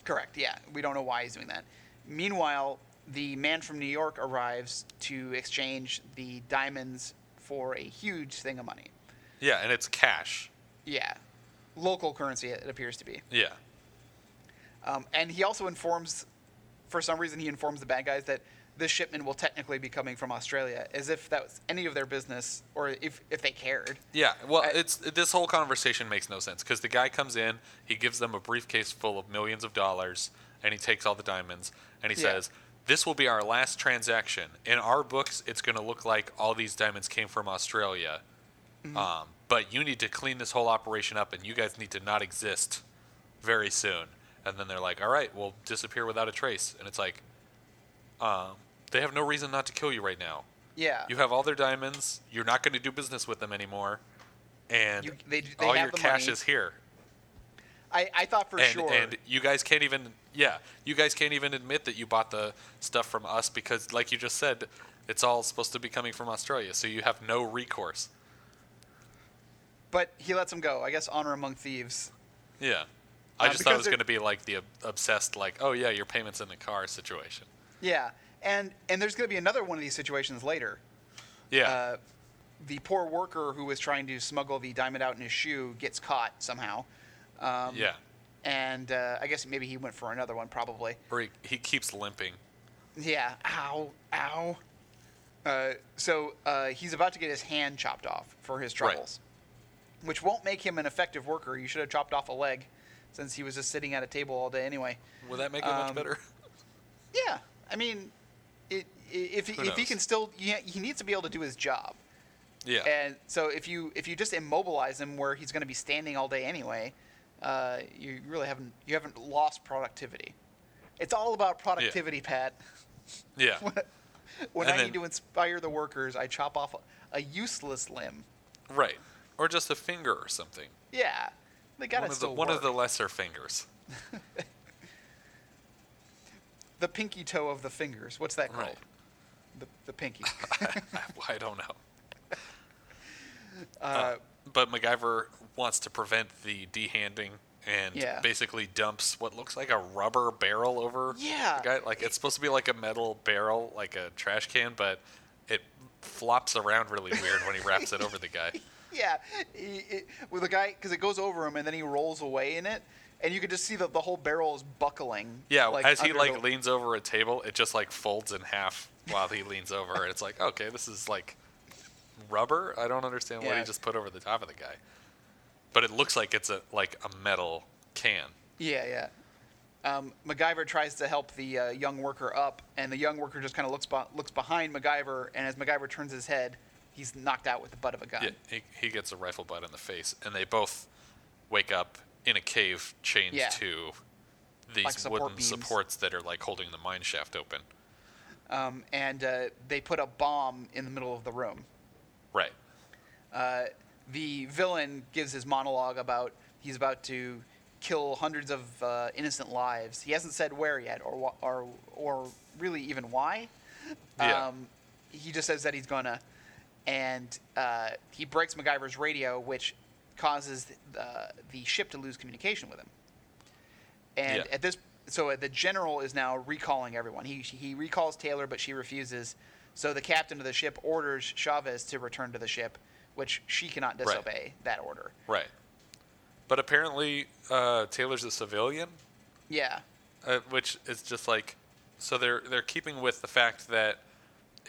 Speaker 2: Correct. Yeah, we don't know why he's doing that. Meanwhile, the man from New York arrives to exchange the diamonds for a huge thing of money.
Speaker 1: Yeah, and it's cash.
Speaker 2: Yeah, local currency it appears to be.
Speaker 1: Yeah.
Speaker 2: Um, and he also informs, for some reason, he informs the bad guys that this shipment will technically be coming from Australia, as if that was any of their business or if if they cared.
Speaker 1: Yeah, well,
Speaker 2: I-
Speaker 1: it's this whole conversation makes no sense because the guy comes in, he gives them a briefcase full of millions of dollars, and he takes all the diamonds, and he
Speaker 2: Yeah.
Speaker 1: says, "This will be our last transaction. In our books, it's going to look like all these diamonds came from Australia,
Speaker 2: Mm-hmm.
Speaker 1: um, but you need to clean this whole operation up, and you guys need to not exist very soon." And then they're like, "All right, we'll disappear without a trace," and it's like, uh, they have no reason not to kill you right now.
Speaker 2: Yeah.
Speaker 1: You have all their diamonds. You're not going to do business with them anymore, and
Speaker 2: You- they- they
Speaker 1: all
Speaker 2: have
Speaker 1: your
Speaker 2: the
Speaker 1: cash
Speaker 2: money.
Speaker 1: is here.
Speaker 2: I, I thought for
Speaker 1: and
Speaker 2: sure.
Speaker 1: and you guys can't even yeah, you guys can't even admit that you bought the stuff from us because, like you just said, it's all supposed to be coming from Australia, so you have no recourse.
Speaker 2: But he lets him go. I guess honor among thieves.
Speaker 1: Yeah, I
Speaker 2: Uh,
Speaker 1: just thought it
Speaker 2: because
Speaker 1: was
Speaker 2: they're-
Speaker 1: going to be like the ob- obsessed, like oh yeah, your payment's in the car situation.
Speaker 2: Yeah, and and there's going to be another one of these situations later.
Speaker 1: Yeah,
Speaker 2: Uh, the poor worker who was trying to smuggle the diamond out in his shoe gets caught somehow. Um,
Speaker 1: yeah.
Speaker 2: And uh, I guess maybe he went for another one, probably.
Speaker 1: Or he, he keeps limping.
Speaker 2: Yeah. Ow. Ow. Uh, so uh, he's about to get his hand chopped off for his
Speaker 1: Right.
Speaker 2: troubles, which won't make him an effective worker. You should have chopped off a leg, since he was just sitting at a table all day anyway.
Speaker 1: Will that make it
Speaker 2: Um,
Speaker 1: much better?
Speaker 2: Yeah, I mean, it, i- if he,
Speaker 1: Who
Speaker 2: if he
Speaker 1: knows?
Speaker 2: can still, yeah, he needs to be able to do his job.
Speaker 1: yeah.
Speaker 2: And so if you if you just immobilize him where he's going to be standing all day anyway, uh, you really haven't you haven't lost productivity. It's all about productivity, Pat.
Speaker 1: yeah.
Speaker 2: When
Speaker 1: And
Speaker 2: I
Speaker 1: then-
Speaker 2: need to inspire the workers, I chop off a useless limb.
Speaker 1: Right. Or just a finger or something.
Speaker 2: Yeah, they got
Speaker 1: one
Speaker 2: to
Speaker 1: of the
Speaker 2: still
Speaker 1: one of
Speaker 2: work.
Speaker 1: the lesser fingers.
Speaker 2: the pinky toe of the fingers. What's that called?
Speaker 1: Right.
Speaker 2: The, the pinky.
Speaker 1: I, I don't know.
Speaker 2: uh,
Speaker 1: But MacGyver wants to prevent the dehanding and
Speaker 2: Yeah.
Speaker 1: basically dumps what looks like a rubber barrel over.
Speaker 2: Yeah.
Speaker 1: The guy. Like it's supposed to be like a metal barrel, like a trash can, but it flops around really weird when he wraps it over the guy.
Speaker 2: Yeah, he, it, with the guy because it goes over him and then he rolls away in it, and you can just see that the whole barrel is buckling.
Speaker 1: Yeah, as he
Speaker 2: under
Speaker 1: like
Speaker 2: the-
Speaker 1: leans over a table, it just like folds in half while he leans over. And it's like, okay, this is like rubber. I don't understand what
Speaker 2: Yeah.
Speaker 1: he just put over the top of the guy. But it looks like it's a like a metal can.
Speaker 2: Yeah, yeah. Um, MacGyver tries to help the uh, young worker up, and the young worker just kind of looks be- looks behind MacGyver, and as MacGyver turns his head, he's knocked out with the butt of a gun.
Speaker 1: Yeah, he, he gets a rifle butt in the face, and they both wake up in a cave chained
Speaker 2: Yeah.
Speaker 1: to these
Speaker 2: Like support
Speaker 1: wooden
Speaker 2: beams.
Speaker 1: supports that are like holding the mine shaft open.
Speaker 2: Um, and uh, they put a bomb in the middle of the room.
Speaker 1: Right.
Speaker 2: uh, the villain gives his monologue about he's about to kill hundreds of uh, innocent lives. He hasn't said where yet, or wh- or or really even why.
Speaker 1: Yeah.
Speaker 2: Um, he just says that he's gonna, and uh, he breaks MacGyver's radio, which causes uh, the ship to lose communication with him. And
Speaker 1: Yeah.
Speaker 2: at this, so uh, the general is now recalling everyone. He he recalls Taylor, but she refuses. So the captain of the ship orders Chavez to return to the ship, which she cannot
Speaker 1: Right.
Speaker 2: disobey that order.
Speaker 1: Right. But apparently, uh, Taylor's a civilian,
Speaker 2: Yeah,
Speaker 1: uh, which is just like so they're they're keeping with the fact that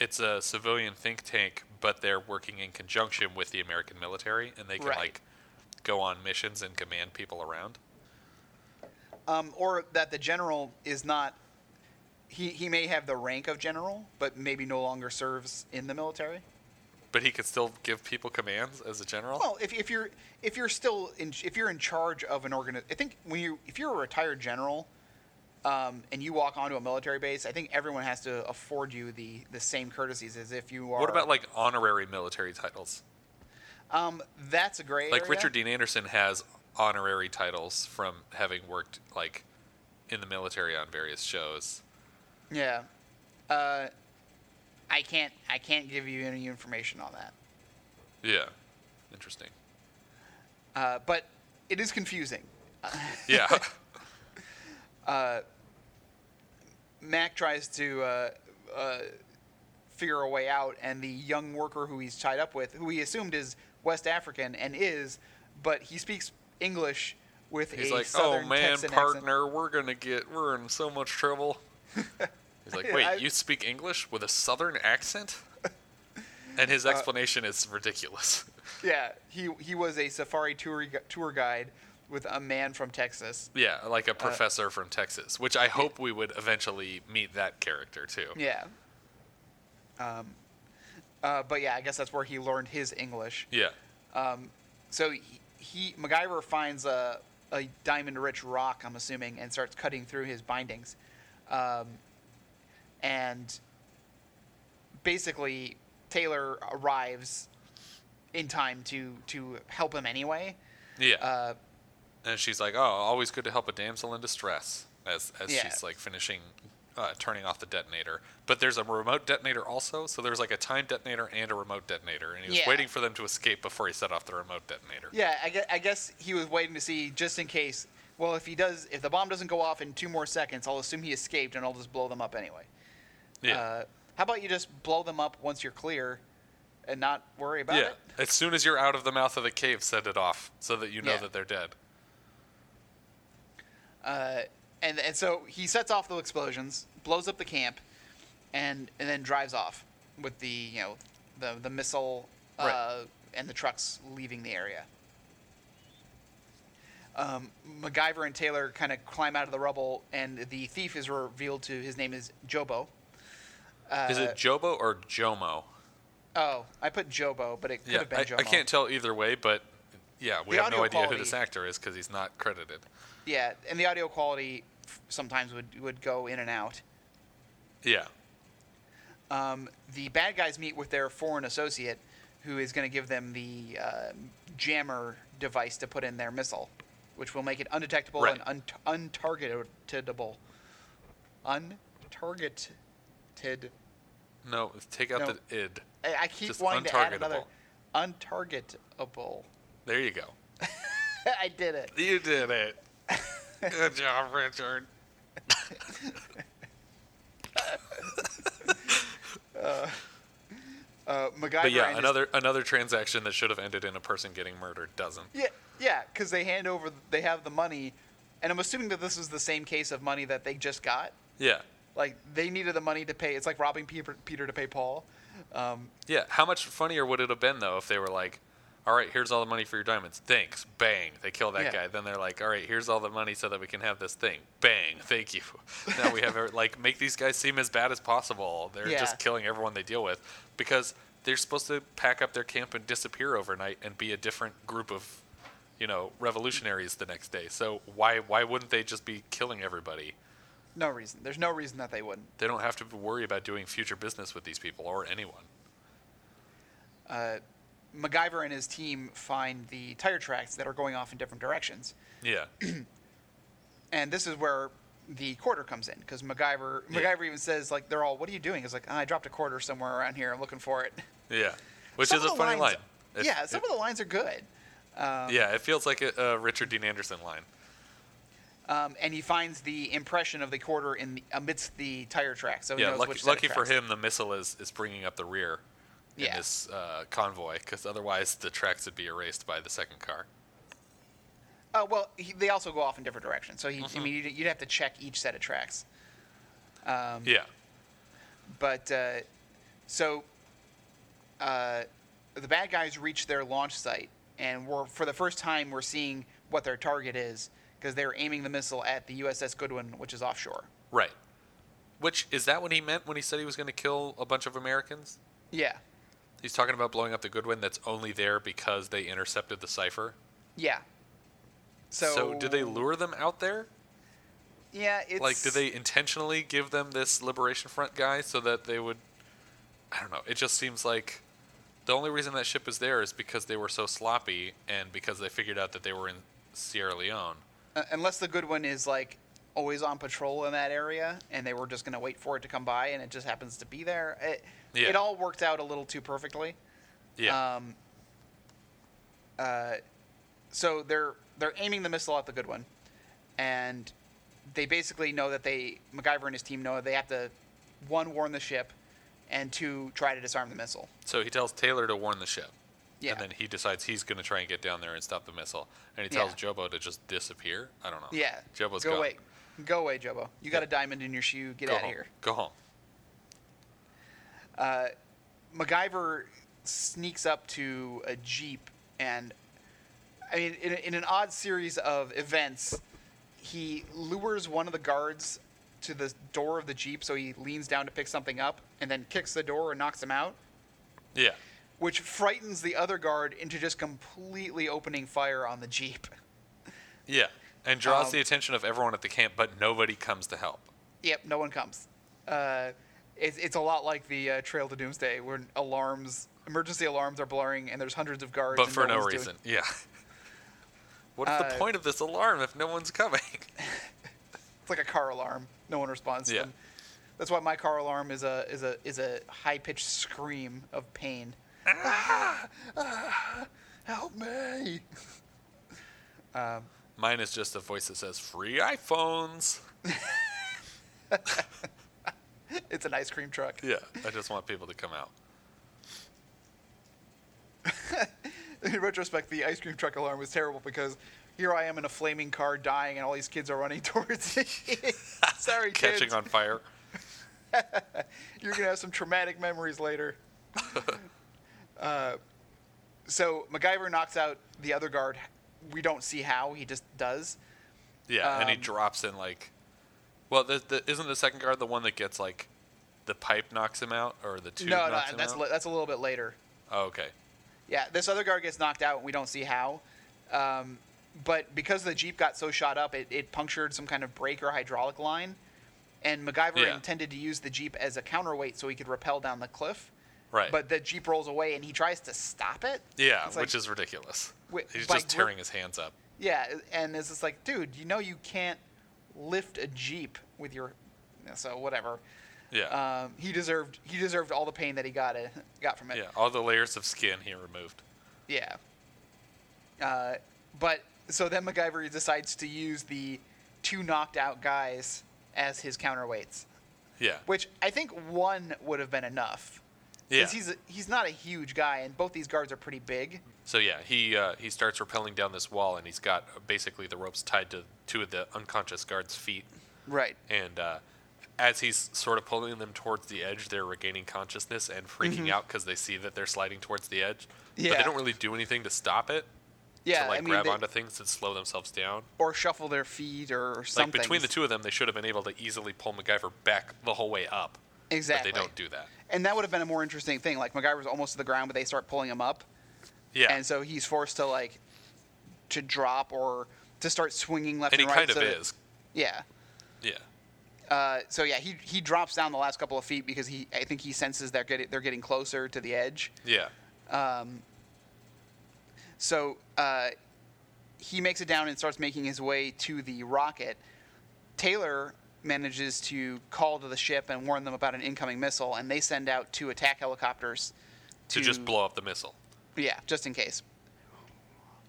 Speaker 1: it's a civilian think tank but they're working in conjunction with the American military and they can
Speaker 2: Right.
Speaker 1: like go on missions and command people around
Speaker 2: um, or that the general is not. He he may have the rank of general, but maybe no longer serves in the military.
Speaker 1: but he can still give people commands as a general
Speaker 2: Well, if, if you're if you're still in if you're in charge of an organ, I think when you if you're a retired general, um, and you walk onto a military base, I think everyone has to afford you the the same courtesies as if you are.
Speaker 1: what about like honorary military titles
Speaker 2: Um, that's a great.
Speaker 1: like Richard Dean Anderson has honorary titles from having worked like in the military on various shows
Speaker 2: Yeah. Uh, I can't I can't give you any information on that.
Speaker 1: yeah interesting
Speaker 2: Uh, but it is confusing.
Speaker 1: yeah
Speaker 2: Mac tries to uh, uh, figure a way out, and the young worker who he's tied up with, who he assumed is West African and is, but he speaks English with
Speaker 1: He's
Speaker 2: a
Speaker 1: like,
Speaker 2: southern
Speaker 1: oh man,
Speaker 2: Texan accent."
Speaker 1: partner, we're gonna get, we're in so much trouble. He's like, wait,
Speaker 2: I-
Speaker 1: you speak English with a southern accent? And
Speaker 2: Uh,
Speaker 1: his explanation is ridiculous.
Speaker 2: Yeah, he he was a safari tour gu- tour guide with a man from Texas.
Speaker 1: yeah,
Speaker 2: Uh,
Speaker 1: like a professor from Texas, which I hope we would eventually meet that character too.
Speaker 2: Yeah. Um, uh, but yeah, I guess that's where he learned his English.
Speaker 1: Yeah.
Speaker 2: Um, so he, he MacGyver finds a a diamond rich rock, I'm assuming, and starts cutting through his bindings, um, and basically Taylor arrives in time to to help him anyway.
Speaker 1: Yeah.
Speaker 2: Uh,
Speaker 1: and she's like, "Oh, always good to help a damsel in distress." As as
Speaker 2: Yeah.
Speaker 1: she's like finishing, uh, turning off the detonator. But there's a remote detonator also, so there's like a time detonator and a remote detonator, and he was
Speaker 2: Yeah.
Speaker 1: waiting for them to escape before he set off the remote detonator.
Speaker 2: Yeah, I guess, I guess he was waiting to see just in case. Well, if he does, if the bomb doesn't go off in two more seconds, I'll assume he escaped and I'll just blow them up anyway.
Speaker 1: Yeah.
Speaker 2: Uh, how about you just blow them up once you're clear, and not worry about
Speaker 1: yeah.
Speaker 2: it?
Speaker 1: As soon as you're out of the mouth of the cave, send it off so that you know
Speaker 2: Yeah.
Speaker 1: that they're dead.
Speaker 2: Uh, and and so he sets off the explosions, blows up the camp, and and then drives off with the you know the the missile uh,
Speaker 1: Right.
Speaker 2: and the trucks leaving the area. Um, MacGyver and Taylor kind of climb out of the rubble, and the thief is revealed to his name is Jobo. Uh,
Speaker 1: Is it Jobo or Jomo?
Speaker 2: Oh, I put Jobo, but it could
Speaker 1: Yeah,
Speaker 2: have been
Speaker 1: I,
Speaker 2: Jomo.
Speaker 1: I can't tell either way, but yeah, we
Speaker 2: The
Speaker 1: have no
Speaker 2: audio
Speaker 1: idea who
Speaker 2: quality-
Speaker 1: this actor is because he's not credited.
Speaker 2: Yeah, and the audio quality f- sometimes would would go in and out.
Speaker 1: Yeah.
Speaker 2: um, the bad guys meet with their foreign associate, who is going to give them the uh, jammer device to put in their missile, which will make it undetectable
Speaker 1: Right.
Speaker 2: and un- untargetable. Untargeted.
Speaker 1: No, take out
Speaker 2: No.
Speaker 1: the id.
Speaker 2: I, I keep
Speaker 1: Just
Speaker 2: wanting to add another.
Speaker 1: untargetable.
Speaker 2: Untargetable.
Speaker 1: There you go.
Speaker 2: I did it.
Speaker 1: You did it. Good job, Richard.
Speaker 2: Uh, MacGyver
Speaker 1: But yeah,
Speaker 2: and his-
Speaker 1: another another transaction that should have ended in a person getting murdered doesn't.
Speaker 2: Yeah, yeah, because they hand over, they have the money, and I'm assuming that this is the same case of money that they just got.
Speaker 1: Yeah.
Speaker 2: Like they needed the money to pay. It's like robbing Peter, Peter to pay Paul. Um,
Speaker 1: Yeah. How much funnier would it have been though if they were like, "All right, here's all the money for your diamonds. Thanks. Bang." They kill that
Speaker 2: Yeah.
Speaker 1: guy. Then they're like, "All right, here's all the money so that we can have this thing. Bang. Thank you." Now we have every- like make these guys seem as bad as possible. They're
Speaker 2: Yeah.
Speaker 1: just killing everyone they deal with because they're supposed to pack up their camp and disappear overnight and be a different group of you know revolutionaries the next day. So why why wouldn't they just be killing everybody?
Speaker 2: no reason. There's no reason that they wouldn't.
Speaker 1: They don't have to worry about doing future business with these people or anyone.
Speaker 2: Uh, MacGyver and his team find the tire tracks that are going off in different directions,
Speaker 1: Yeah.
Speaker 2: and this is where the quarter comes in because MacGyver
Speaker 1: Yeah.
Speaker 2: MacGyver even says like they're all, "What are you doing?" It's like "Ah, I dropped a quarter somewhere around here. I'm looking for it.
Speaker 1: Yeah. Which
Speaker 2: Some
Speaker 1: is a
Speaker 2: of the
Speaker 1: funny
Speaker 2: lines-
Speaker 1: line. It-
Speaker 2: yeah, some
Speaker 1: it-
Speaker 2: of the lines are good. Um,
Speaker 1: yeah, it feels like a, a Richard Dean Anderson line.
Speaker 2: um, and he finds the impression of the quarter in the, amidst the tire tracks. So he
Speaker 1: Yeah,
Speaker 2: knows
Speaker 1: lucky,
Speaker 2: which set of
Speaker 1: lucky for
Speaker 2: tracks.
Speaker 1: him, the missile is, is bringing up the rear in
Speaker 2: Yeah.
Speaker 1: this uh, convoy because otherwise the tracks would be erased by the second car.
Speaker 2: Uh, well, he, they also go off in different directions, so he,
Speaker 1: Mm-hmm.
Speaker 2: I mean, you'd, you'd have to check each set of tracks. Um,
Speaker 1: Yeah.
Speaker 2: But uh, so uh, the bad guys reach their launch site, and we're for the first time we're seeing what their target is because they're aiming the missile at the USS Goodwin, which is offshore.
Speaker 1: Right. Which is that what he meant when he said he was going to kill a bunch of Americans?
Speaker 2: Yeah,
Speaker 1: He's talking about blowing up the Goodwin that's only there because they intercepted the cipher.
Speaker 2: yeah. So,
Speaker 1: so did they lure them out there?
Speaker 2: Yeah, it's
Speaker 1: like did they intentionally give them this liberation front guy so that they would i don't know it just seems like the only reason that ship is there is because they were so sloppy and because they figured out that they were in sierra leone
Speaker 2: Uh, unless the Goodwin is like always on patrol in that area and they were just going to wait for it to come by and it just happens to be there. It,
Speaker 1: Yeah.
Speaker 2: it all worked out a little too perfectly.
Speaker 1: yeah
Speaker 2: Um, uh, so they're they're aiming the missile at the Goodwin, and they basically know that they MacGyver and his team know they have to one warn the ship, and two, try to disarm the missile.
Speaker 1: So he tells Taylor to warn the ship.
Speaker 2: Yeah.
Speaker 1: And then he decides he's going to try and get down there and stop the missile. And he tells
Speaker 2: Yeah.
Speaker 1: Jobo to just disappear. I don't know.
Speaker 2: yeah.
Speaker 1: Jobo's
Speaker 2: Go
Speaker 1: gone.
Speaker 2: away. Go away, Jobo. You got
Speaker 1: Yeah.
Speaker 2: a diamond in your shoe. Get
Speaker 1: Go
Speaker 2: out of
Speaker 1: home.
Speaker 2: here.
Speaker 1: Go home.
Speaker 2: MacGyver sneaks up to a jeep, and I mean, in, in an odd series of events, he lures one of the guards to the door of the jeep, so he leans down to pick something up, and then kicks the door and knocks him out,
Speaker 1: Yeah.
Speaker 2: which frightens the other guard into just completely opening fire on the jeep.
Speaker 1: Yeah. And draws
Speaker 2: Um,
Speaker 1: the attention of everyone at the camp, but nobody comes to help.
Speaker 2: Yep, no one comes. Uh, it's, it's a lot like the uh, Trail to Doomsday, where alarms, emergency alarms are blaring, and there's hundreds of guards.
Speaker 1: But
Speaker 2: and
Speaker 1: for no
Speaker 2: one's doing-
Speaker 1: reason. Yeah. What is the
Speaker 2: Uh,
Speaker 1: point of this alarm if no one's coming?
Speaker 2: It's like a car alarm. No one responds to
Speaker 1: Yeah.
Speaker 2: them. That's why my car alarm is a is a is a high pitched scream of pain.
Speaker 1: Ah!
Speaker 2: Ah!
Speaker 1: Help me. Mine is just a voice that says free iPhones.
Speaker 2: It's an ice cream truck.
Speaker 1: Yeah. I just want people to come out.
Speaker 2: In retrospect, the ice cream truck alarm was terrible because here I am in a flaming car dying, and all these kids are running towards it. Sorry,
Speaker 1: Catching
Speaker 2: kids.
Speaker 1: on fire.
Speaker 2: You're gonna have some traumatic memories later. uh, so MacGyver knocks out the other guard. We don't see how he just does.
Speaker 1: Yeah, and he
Speaker 2: Um,
Speaker 1: drops in like. Well, the, the, isn't the second guard the one that gets like, the pipe knocks him out or the tube
Speaker 2: no, no,
Speaker 1: knocks him
Speaker 2: that's
Speaker 1: out?
Speaker 2: li- that's a little bit later.
Speaker 1: oh, okay.
Speaker 2: Yeah, this other guard gets knocked out, and we don't see how. Um, but because the Jeep got so shot up, it, it punctured some kind of brake or hydraulic line. And MacGyver
Speaker 1: Yeah.
Speaker 2: intended to use the Jeep as a counterweight so he could rappel down the cliff.
Speaker 1: Right.
Speaker 2: But the Jeep rolls away, and he tries to stop it.
Speaker 1: yeah,
Speaker 2: It's like-
Speaker 1: which is ridiculous.
Speaker 2: Wi-
Speaker 1: He's
Speaker 2: by
Speaker 1: just
Speaker 2: grip-
Speaker 1: tearing his hands up.
Speaker 2: Yeah, and it's just like, dude, you know you can't lift a Jeep with your. So whatever.
Speaker 1: Yeah.
Speaker 2: Um, he deserved he deserved all the pain that he got it, got from it.
Speaker 1: yeah. All the layers of skin he removed.
Speaker 2: Yeah. Uh, but so then MacGyver decides to use the two knocked out guys as his counterweights,
Speaker 1: Yeah.
Speaker 2: which I think one would have been enough. 'Cause
Speaker 1: Yeah.
Speaker 2: He's a, he's not a huge guy, and both these guards are pretty big.
Speaker 1: So yeah, he uh, he starts rappelling down this wall, and he's got uh, basically the ropes tied to two of the unconscious guards' feet.
Speaker 2: Right.
Speaker 1: And uh, as he's sort of pulling them towards the edge, they're regaining consciousness and freaking out 'cause out because they see that they're sliding towards the edge. But
Speaker 2: Mm-hmm. Yeah.
Speaker 1: they don't really do anything to stop it.
Speaker 2: Yeah.
Speaker 1: to like
Speaker 2: I mean,
Speaker 1: grab
Speaker 2: they-
Speaker 1: onto things and slow themselves down.
Speaker 2: or shuffle their feet or something.
Speaker 1: Like between the two of them, they should have been able to easily pull MacGyver back the whole way up.
Speaker 2: Exactly.
Speaker 1: But they don't do that.
Speaker 2: And that would have been a more interesting thing. Like MacGyver's almost to the ground, but they start pulling him up.
Speaker 1: Yeah.
Speaker 2: And so he's forced to like to drop or to start swinging left
Speaker 1: And
Speaker 2: and,
Speaker 1: he
Speaker 2: right.
Speaker 1: kind of
Speaker 2: so that-
Speaker 1: is.
Speaker 2: Yeah.
Speaker 1: Yeah.
Speaker 2: Uh, so yeah, he he drops down the last couple of feet because he I think he senses they're getting they're getting closer to the edge.
Speaker 1: Yeah.
Speaker 2: So uh, he makes it down and starts making his way to the rocket. Taylor manages to call to the ship and warn them about an incoming missile, and they send out two attack helicopters
Speaker 1: To, just blow up the missile.
Speaker 2: Yeah, just in case.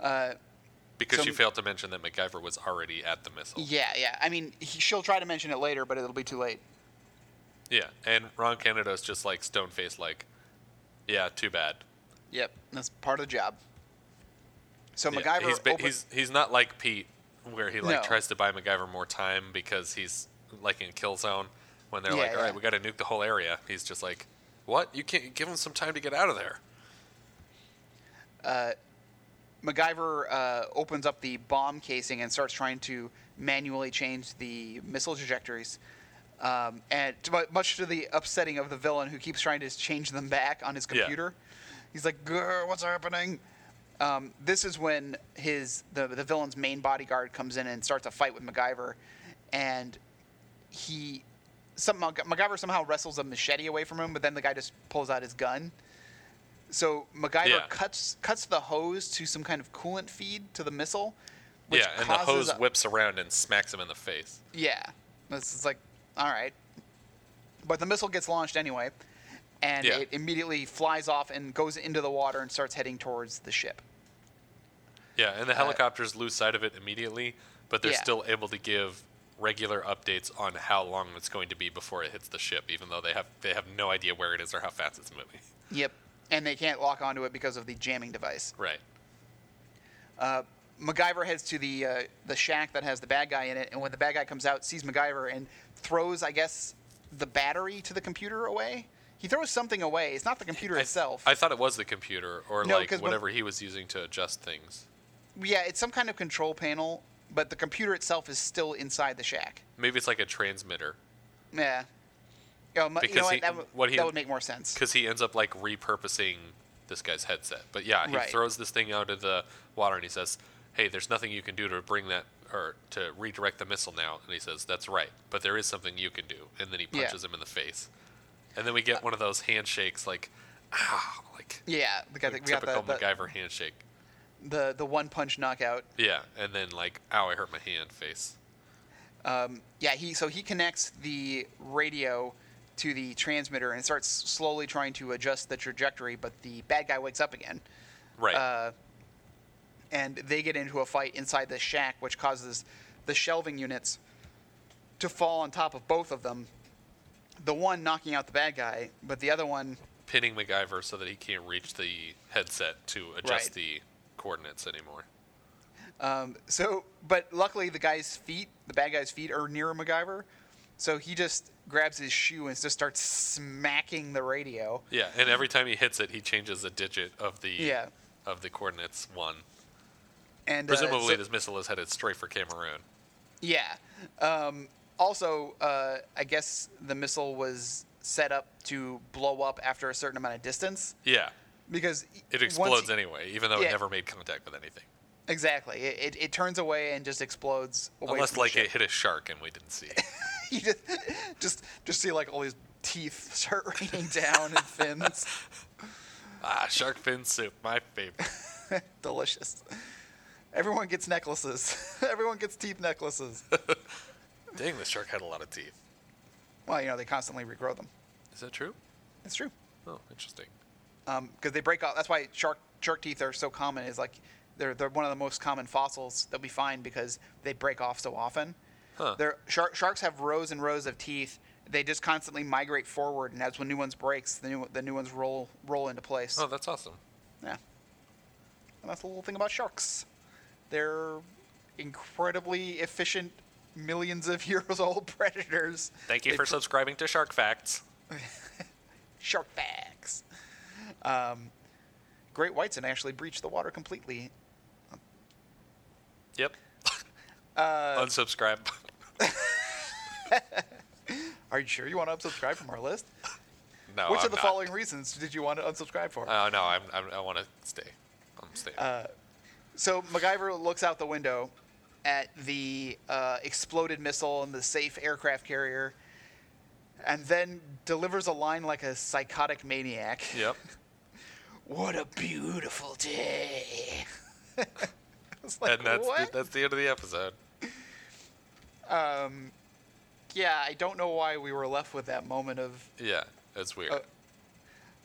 Speaker 1: Because
Speaker 2: So-
Speaker 1: you failed to mention that MacGyver was already at the missile.
Speaker 2: Yeah, yeah. I mean, he, she'll try to mention it later, but it'll be too late.
Speaker 1: Yeah. And Ron Canada's just like stone faced, like, yeah, too bad.
Speaker 2: Yep, that's part of the job. So
Speaker 1: Yeah.
Speaker 2: MacGyver
Speaker 1: he's, ba-
Speaker 2: open-
Speaker 1: he's he's not like Pete, where he like
Speaker 2: No.
Speaker 1: tries to buy MacGyver more time because he's like in kill zone when they're
Speaker 2: Yeah,
Speaker 1: like, all right,
Speaker 2: yeah.
Speaker 1: we got to nuke the whole area. He's just like, what? You can't give him some time to get out of there.
Speaker 2: MacGyver uh, opens up the bomb casing and starts trying to manually change the missile trajectories. Um, and to, mu- much to the upsetting of the villain who keeps trying to change them back on his
Speaker 1: Yeah.
Speaker 2: computer, he's like, "Grr, "What's happening?" Um, this is when his the the villain's main bodyguard comes in and starts a fight with MacGyver, and he some Mac- MacGyver somehow wrestles a machete away from him, but then the guy just pulls out his gun. So MacGyver
Speaker 1: Yeah.
Speaker 2: cuts cuts the hose to some kind of coolant feed to the missile, which
Speaker 1: yeah, and the
Speaker 2: causes
Speaker 1: hose
Speaker 2: a-
Speaker 1: whips around and smacks him in the face.
Speaker 2: Yeah, this is like all right, but the missile gets launched anyway, and
Speaker 1: Yeah.
Speaker 2: it immediately flies off and goes into the water and starts heading towards the ship.
Speaker 1: Yeah, and the helicopters lose sight of it immediately, but they're
Speaker 2: Yeah.
Speaker 1: still able to give regular updates on how long it's going to be before it hits the ship, even though they have they have no idea where it is or how fast it's moving.
Speaker 2: Yep. And they can't lock onto it because of the jamming device.
Speaker 1: Right.
Speaker 2: Uh, MacGyver heads to the uh, the shack that has the bad guy in it, and when the bad guy comes out, sees MacGyver and throws, I guess, the battery to the computer away. He throws something away. It's not the computer
Speaker 1: I-
Speaker 2: itself.
Speaker 1: I, thought it was the computer or
Speaker 2: No,
Speaker 1: like
Speaker 2: 'cause when-
Speaker 1: whatever he was using to adjust things.
Speaker 2: yeah, it's some kind of control panel, but the computer itself is still inside the shack.
Speaker 1: Maybe it's like a transmitter
Speaker 2: Yeah. Oh, mu- you
Speaker 1: Because
Speaker 2: know what?
Speaker 1: he-
Speaker 2: that, would-
Speaker 1: what he-
Speaker 2: that would make more sense.
Speaker 1: because he ends up like repurposing this guy's headset. But yeah, he
Speaker 2: Right.
Speaker 1: throws this thing out of the water and he says, "Hey, there's nothing you can do to bring that or to redirect the missile now." And he says, "That's right, but there is something you can do." And then he
Speaker 2: Yeah.
Speaker 1: punches him in the face. And then we get one of those handshakes, like ah, like
Speaker 2: Yeah, the guy that we got
Speaker 1: typical
Speaker 2: the, the,
Speaker 1: MacGyver handshake.
Speaker 2: the the one punch knockout.
Speaker 1: Yeah, and then like, ow, I hurt my hand face.
Speaker 2: Um, yeah, he so he connects the radio to the transmitter and starts slowly trying to adjust the trajectory, but the bad guy wakes up again.
Speaker 1: Right.
Speaker 2: Uh, and they get into a fight inside the shack, which causes the shelving units to fall on top of both of them. The one knocking out the bad guy, but the other one,
Speaker 1: pinning MacGyver so that he can't reach the headset to adjust
Speaker 2: Right.
Speaker 1: the coordinates anymore.
Speaker 2: Um, so, but luckily the guy's feet, the bad guy's feet, are near MacGyver, so he just grabs his shoe and just starts smacking the radio.
Speaker 1: Yeah, and every time he hits it, he changes a digit of the
Speaker 2: Yeah.
Speaker 1: of the coordinates one.
Speaker 2: And uh,
Speaker 1: Presumably,
Speaker 2: so-
Speaker 1: this missile is headed straight for Cameroon.
Speaker 2: yeah. Um, also, uh, I guess the missile was set up to blow up after a certain amount of distance
Speaker 1: Yeah,
Speaker 2: because e,
Speaker 1: it
Speaker 2: once
Speaker 1: explodes
Speaker 2: he-
Speaker 1: anyway, even though
Speaker 2: Yeah.
Speaker 1: it never made contact with anything,
Speaker 2: exactly. It, it, it turns away and just explodes. Away
Speaker 1: unless
Speaker 2: from the
Speaker 1: like
Speaker 2: ship.
Speaker 1: it hit a shark and we didn't see. it.
Speaker 2: you just, just just see like all these teeth start raining down and fins.
Speaker 1: ah, shark fin soup, my favorite.
Speaker 2: Delicious. Everyone gets necklaces. Everyone gets teeth necklaces.
Speaker 1: Dang, the shark had a lot of teeth.
Speaker 2: well, you know they constantly regrow them.
Speaker 1: Is that true?
Speaker 2: It's true.
Speaker 1: Oh, interesting.
Speaker 2: Because Um, they break off. That's why shark shark teeth are so common. Is like they're they're one of the most common fossils that we find because they break off so often.
Speaker 1: Huh.
Speaker 2: They're, shark, sharks have rows and rows of teeth. They just constantly migrate forward, and as when new ones breaks, the new the new ones roll roll into place.
Speaker 1: Oh, that's awesome.
Speaker 2: Yeah. And that's the little thing about sharks. They're incredibly efficient, millions of years old predators.
Speaker 1: Thank you
Speaker 2: They
Speaker 1: for
Speaker 2: pr-
Speaker 1: subscribing to Shark Facts.
Speaker 2: shark facts. Um, great whites and actually breached the water completely.
Speaker 1: Yep.
Speaker 2: Uh,
Speaker 1: Unsubscribe.
Speaker 2: are you sure you want to unsubscribe from our list?
Speaker 1: no,
Speaker 2: Which
Speaker 1: I'm
Speaker 2: of the
Speaker 1: not.
Speaker 2: following reasons did you want to unsubscribe for?
Speaker 1: Oh no, I'm, I'm, I want to stay. I'm staying.
Speaker 2: Uh, So MacGyver looks out the window at the uh, exploded missile and the safe aircraft carrier, and then delivers a line like a psychotic maniac.
Speaker 1: yep.
Speaker 2: What a beautiful day! it's like,
Speaker 1: And that's the,
Speaker 2: what?
Speaker 1: that's the end of the episode.
Speaker 2: um, yeah, I don't know why we were left with that moment of.
Speaker 1: Yeah, that's weird.
Speaker 2: Uh,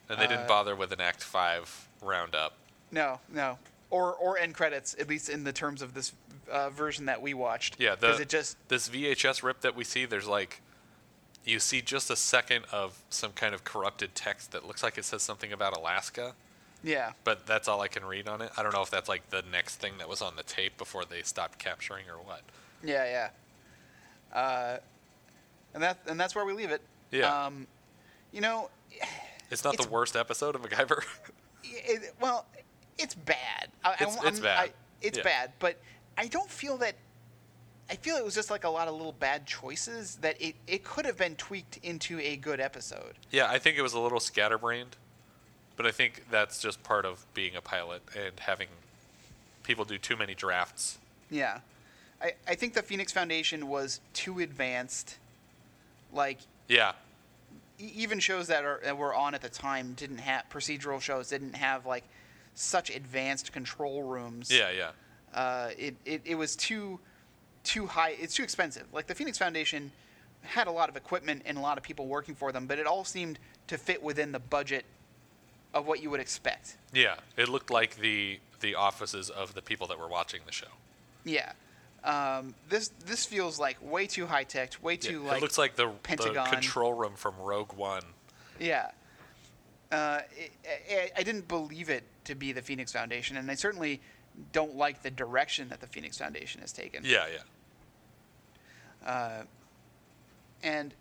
Speaker 1: and they didn't
Speaker 2: uh,
Speaker 1: bother with an Act Five roundup.
Speaker 2: No, no. Or, or end credits, at least in the terms of this uh, version that we watched.
Speaker 1: Yeah, the-
Speaker 2: because it just
Speaker 1: This VHS rip that we see, there's like, you see just a second of some kind of corrupted text that looks like it says something about Alaska,
Speaker 2: yeah
Speaker 1: but that's all I can read on it. I don't know if that's like the next thing that was on the tape before they stopped capturing or what.
Speaker 2: Yeah, yeah. Uh, and that and that's where we leave it.
Speaker 1: Yeah.
Speaker 2: Um, you know,
Speaker 1: It's not
Speaker 2: It's-
Speaker 1: the worst episode of MacGyver.
Speaker 2: it, well, it's bad. I, I
Speaker 1: It's-
Speaker 2: won't-
Speaker 1: it's
Speaker 2: I'm-
Speaker 1: bad.
Speaker 2: I- it's
Speaker 1: Yeah.
Speaker 2: bad, but I don't feel that. I feel it was just like a lot of little bad choices that it, it could have been tweaked into a good episode.
Speaker 1: Yeah, I think it was a little scatterbrained, but I think that's just part of being a pilot and having people do too many drafts.
Speaker 2: Yeah. I, I think the Phoenix Foundation was too advanced. Like,
Speaker 1: Yeah,
Speaker 2: e- even shows that are that were on at the time didn't have procedural shows didn't have like such advanced control rooms.
Speaker 1: yeah, yeah,
Speaker 2: Uh, it, it it was too too high. It's too expensive. Like the Phoenix Foundation had a lot of equipment and a lot of people working for them, but it all seemed to fit within the budget of what you would expect.
Speaker 1: yeah. It looked like the the offices of the people that were watching the show.
Speaker 2: Yeah. Um, this this feels like way too high tech, way
Speaker 1: Yeah,
Speaker 2: too like.
Speaker 1: it looks like the, the
Speaker 2: Pentagon.
Speaker 1: control room from Rogue One.
Speaker 2: Yeah. Uh, it, I, I didn't believe it to be the Phoenix Foundation, and I certainly don't like the direction that the Phoenix Foundation has taken.
Speaker 1: Yeah, yeah.
Speaker 2: Uh, and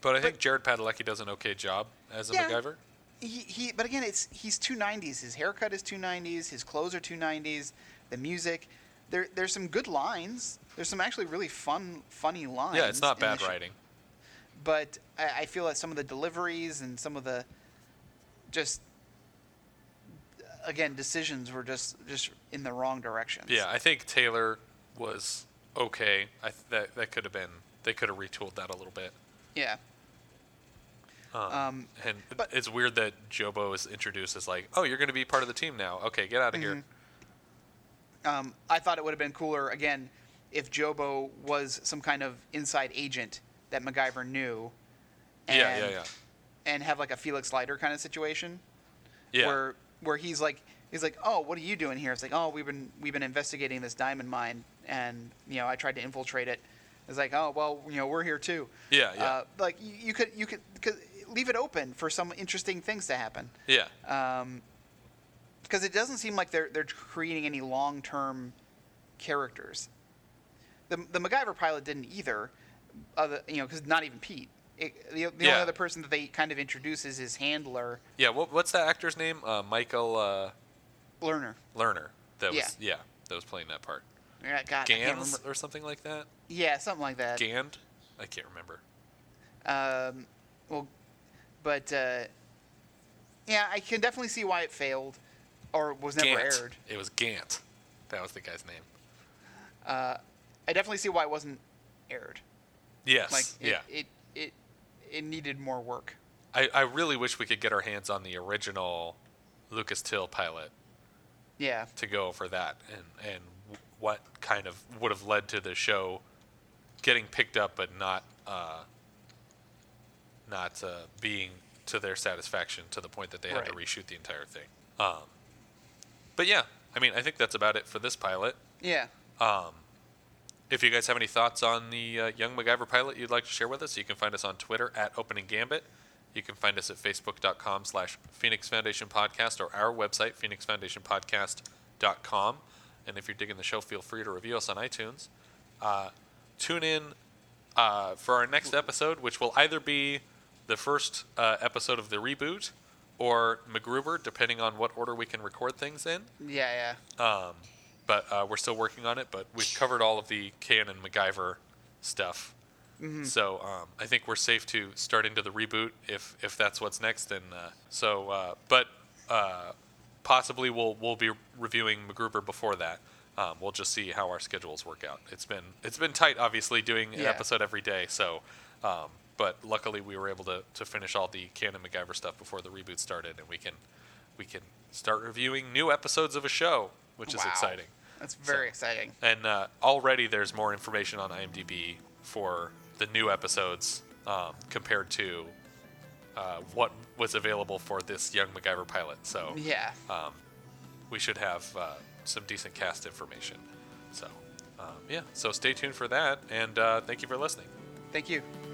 Speaker 1: But I
Speaker 2: But-
Speaker 1: think Jared Padalecki does an okay job as a
Speaker 2: Yeah.
Speaker 1: MacGyver.
Speaker 2: he, he but again, it's he's two nineties. His haircut is two nineties. His clothes are two nineties. The music, there there's some good lines. There's some actually really fun, funny lines.
Speaker 1: Yeah, it's not
Speaker 2: in Oh, the
Speaker 1: bad
Speaker 2: sh-
Speaker 1: writing.
Speaker 2: But I, I feel that some of the deliveries and some of the just again decisions were just just in the wrong directions.
Speaker 1: Yeah, I think Taylor was okay. I th- that that could have been they could have retooled that a little bit.
Speaker 2: Yeah.
Speaker 1: Um,
Speaker 2: Um,
Speaker 1: and
Speaker 2: but-
Speaker 1: it's weird that Jobo is introduced as like, "Oh, you're going to be part of the team now. Okay, get out of
Speaker 2: Mm-hmm.
Speaker 1: here."
Speaker 2: Um, I thought it would have been cooler again if Jobo was some kind of inside agent that MacGyver knew. And,
Speaker 1: Yeah, yeah, yeah.
Speaker 2: And have like a Felix Leiter kind of situation
Speaker 1: Yeah,
Speaker 2: where where he's like he's like, oh, what are you doing here? It's like, oh, we've been we've been investigating this diamond mine, and you know, I tried to infiltrate it. It's like, oh, well, you know, we're here too.
Speaker 1: Yeah, yeah.
Speaker 2: Uh, like you, you could you could cause leave it open for some interesting things to happen
Speaker 1: yeah,
Speaker 2: because it doesn't seem like they're they're creating any long term characters. The the MacGyver pilot didn't either, other you know, because not even Pete. It, the the
Speaker 1: Yeah.
Speaker 2: only other person that they kind of introduce is his handler,
Speaker 1: yeah. What, what's that actor's name? Uh, Michael uh,
Speaker 2: Lerner.
Speaker 1: Lerner. That was
Speaker 2: Yeah.
Speaker 1: yeah. that was playing that part.
Speaker 2: Yeah, God, I can't
Speaker 1: Gans
Speaker 2: remember.
Speaker 1: or something like that.
Speaker 2: Yeah, something like that.
Speaker 1: Gand. I can't remember.
Speaker 2: Um, well, but uh, yeah, I can definitely see why it failed, or was never
Speaker 1: Gant.
Speaker 2: aired.
Speaker 1: It was Gant. That was the guy's name.
Speaker 2: I definitely see why it wasn't aired.
Speaker 1: Yes.
Speaker 2: Like it,
Speaker 1: yeah.
Speaker 2: it it it needed more work.
Speaker 1: I, I really wish we could get our hands on the original Lucas Till pilot
Speaker 2: Yeah.
Speaker 1: to go over that and and what kind of would have led to the show getting picked up but not uh, not uh, being to their satisfaction to the point that they had to
Speaker 2: Right.
Speaker 1: reshoot the entire thing. Um, but yeah, I mean, I think that's about it for this pilot.
Speaker 2: Yeah.
Speaker 1: If you guys have any thoughts on the uh, Young MacGyver pilot you'd like to share with us, you can find us on Twitter at Opening Gambit. You can find us at facebook.com slash Phoenix Foundation Podcast or our website, phoenixfoundationpodcast.com. And if you're digging the show, feel free to review us on iTunes. Uh, tune in uh, for our next episode, which will either be the first uh, episode of the reboot or MacGruber, depending on what order we can record things in.
Speaker 2: Yeah, yeah.
Speaker 1: Um, but uh, we're still working on it. But we've covered all of the canon MacGyver stuff. So um, I think we're safe to start into the reboot if if that's what's next. And uh, so, uh, but uh, possibly we'll we'll be reviewing MacGruber before that. Um, we'll just see how our schedules work out. It's been it's been tight, obviously, doing an
Speaker 2: Yeah.
Speaker 1: episode every day. So, um, but luckily we were able to, to finish all the canon MacGyver stuff before the reboot started, and we can we can start reviewing new episodes of a show, which is
Speaker 2: Wow.
Speaker 1: exciting.
Speaker 2: That's very
Speaker 1: So-
Speaker 2: exciting.
Speaker 1: And uh, already there's more information on IMDb for the new episodes um, compared to uh, what was available for this Young MacGyver pilot. So
Speaker 2: Yeah.
Speaker 1: Uh, we should have uh, some decent cast information. So um, yeah, so stay tuned for that, and uh, thank you for listening.
Speaker 2: Thank you.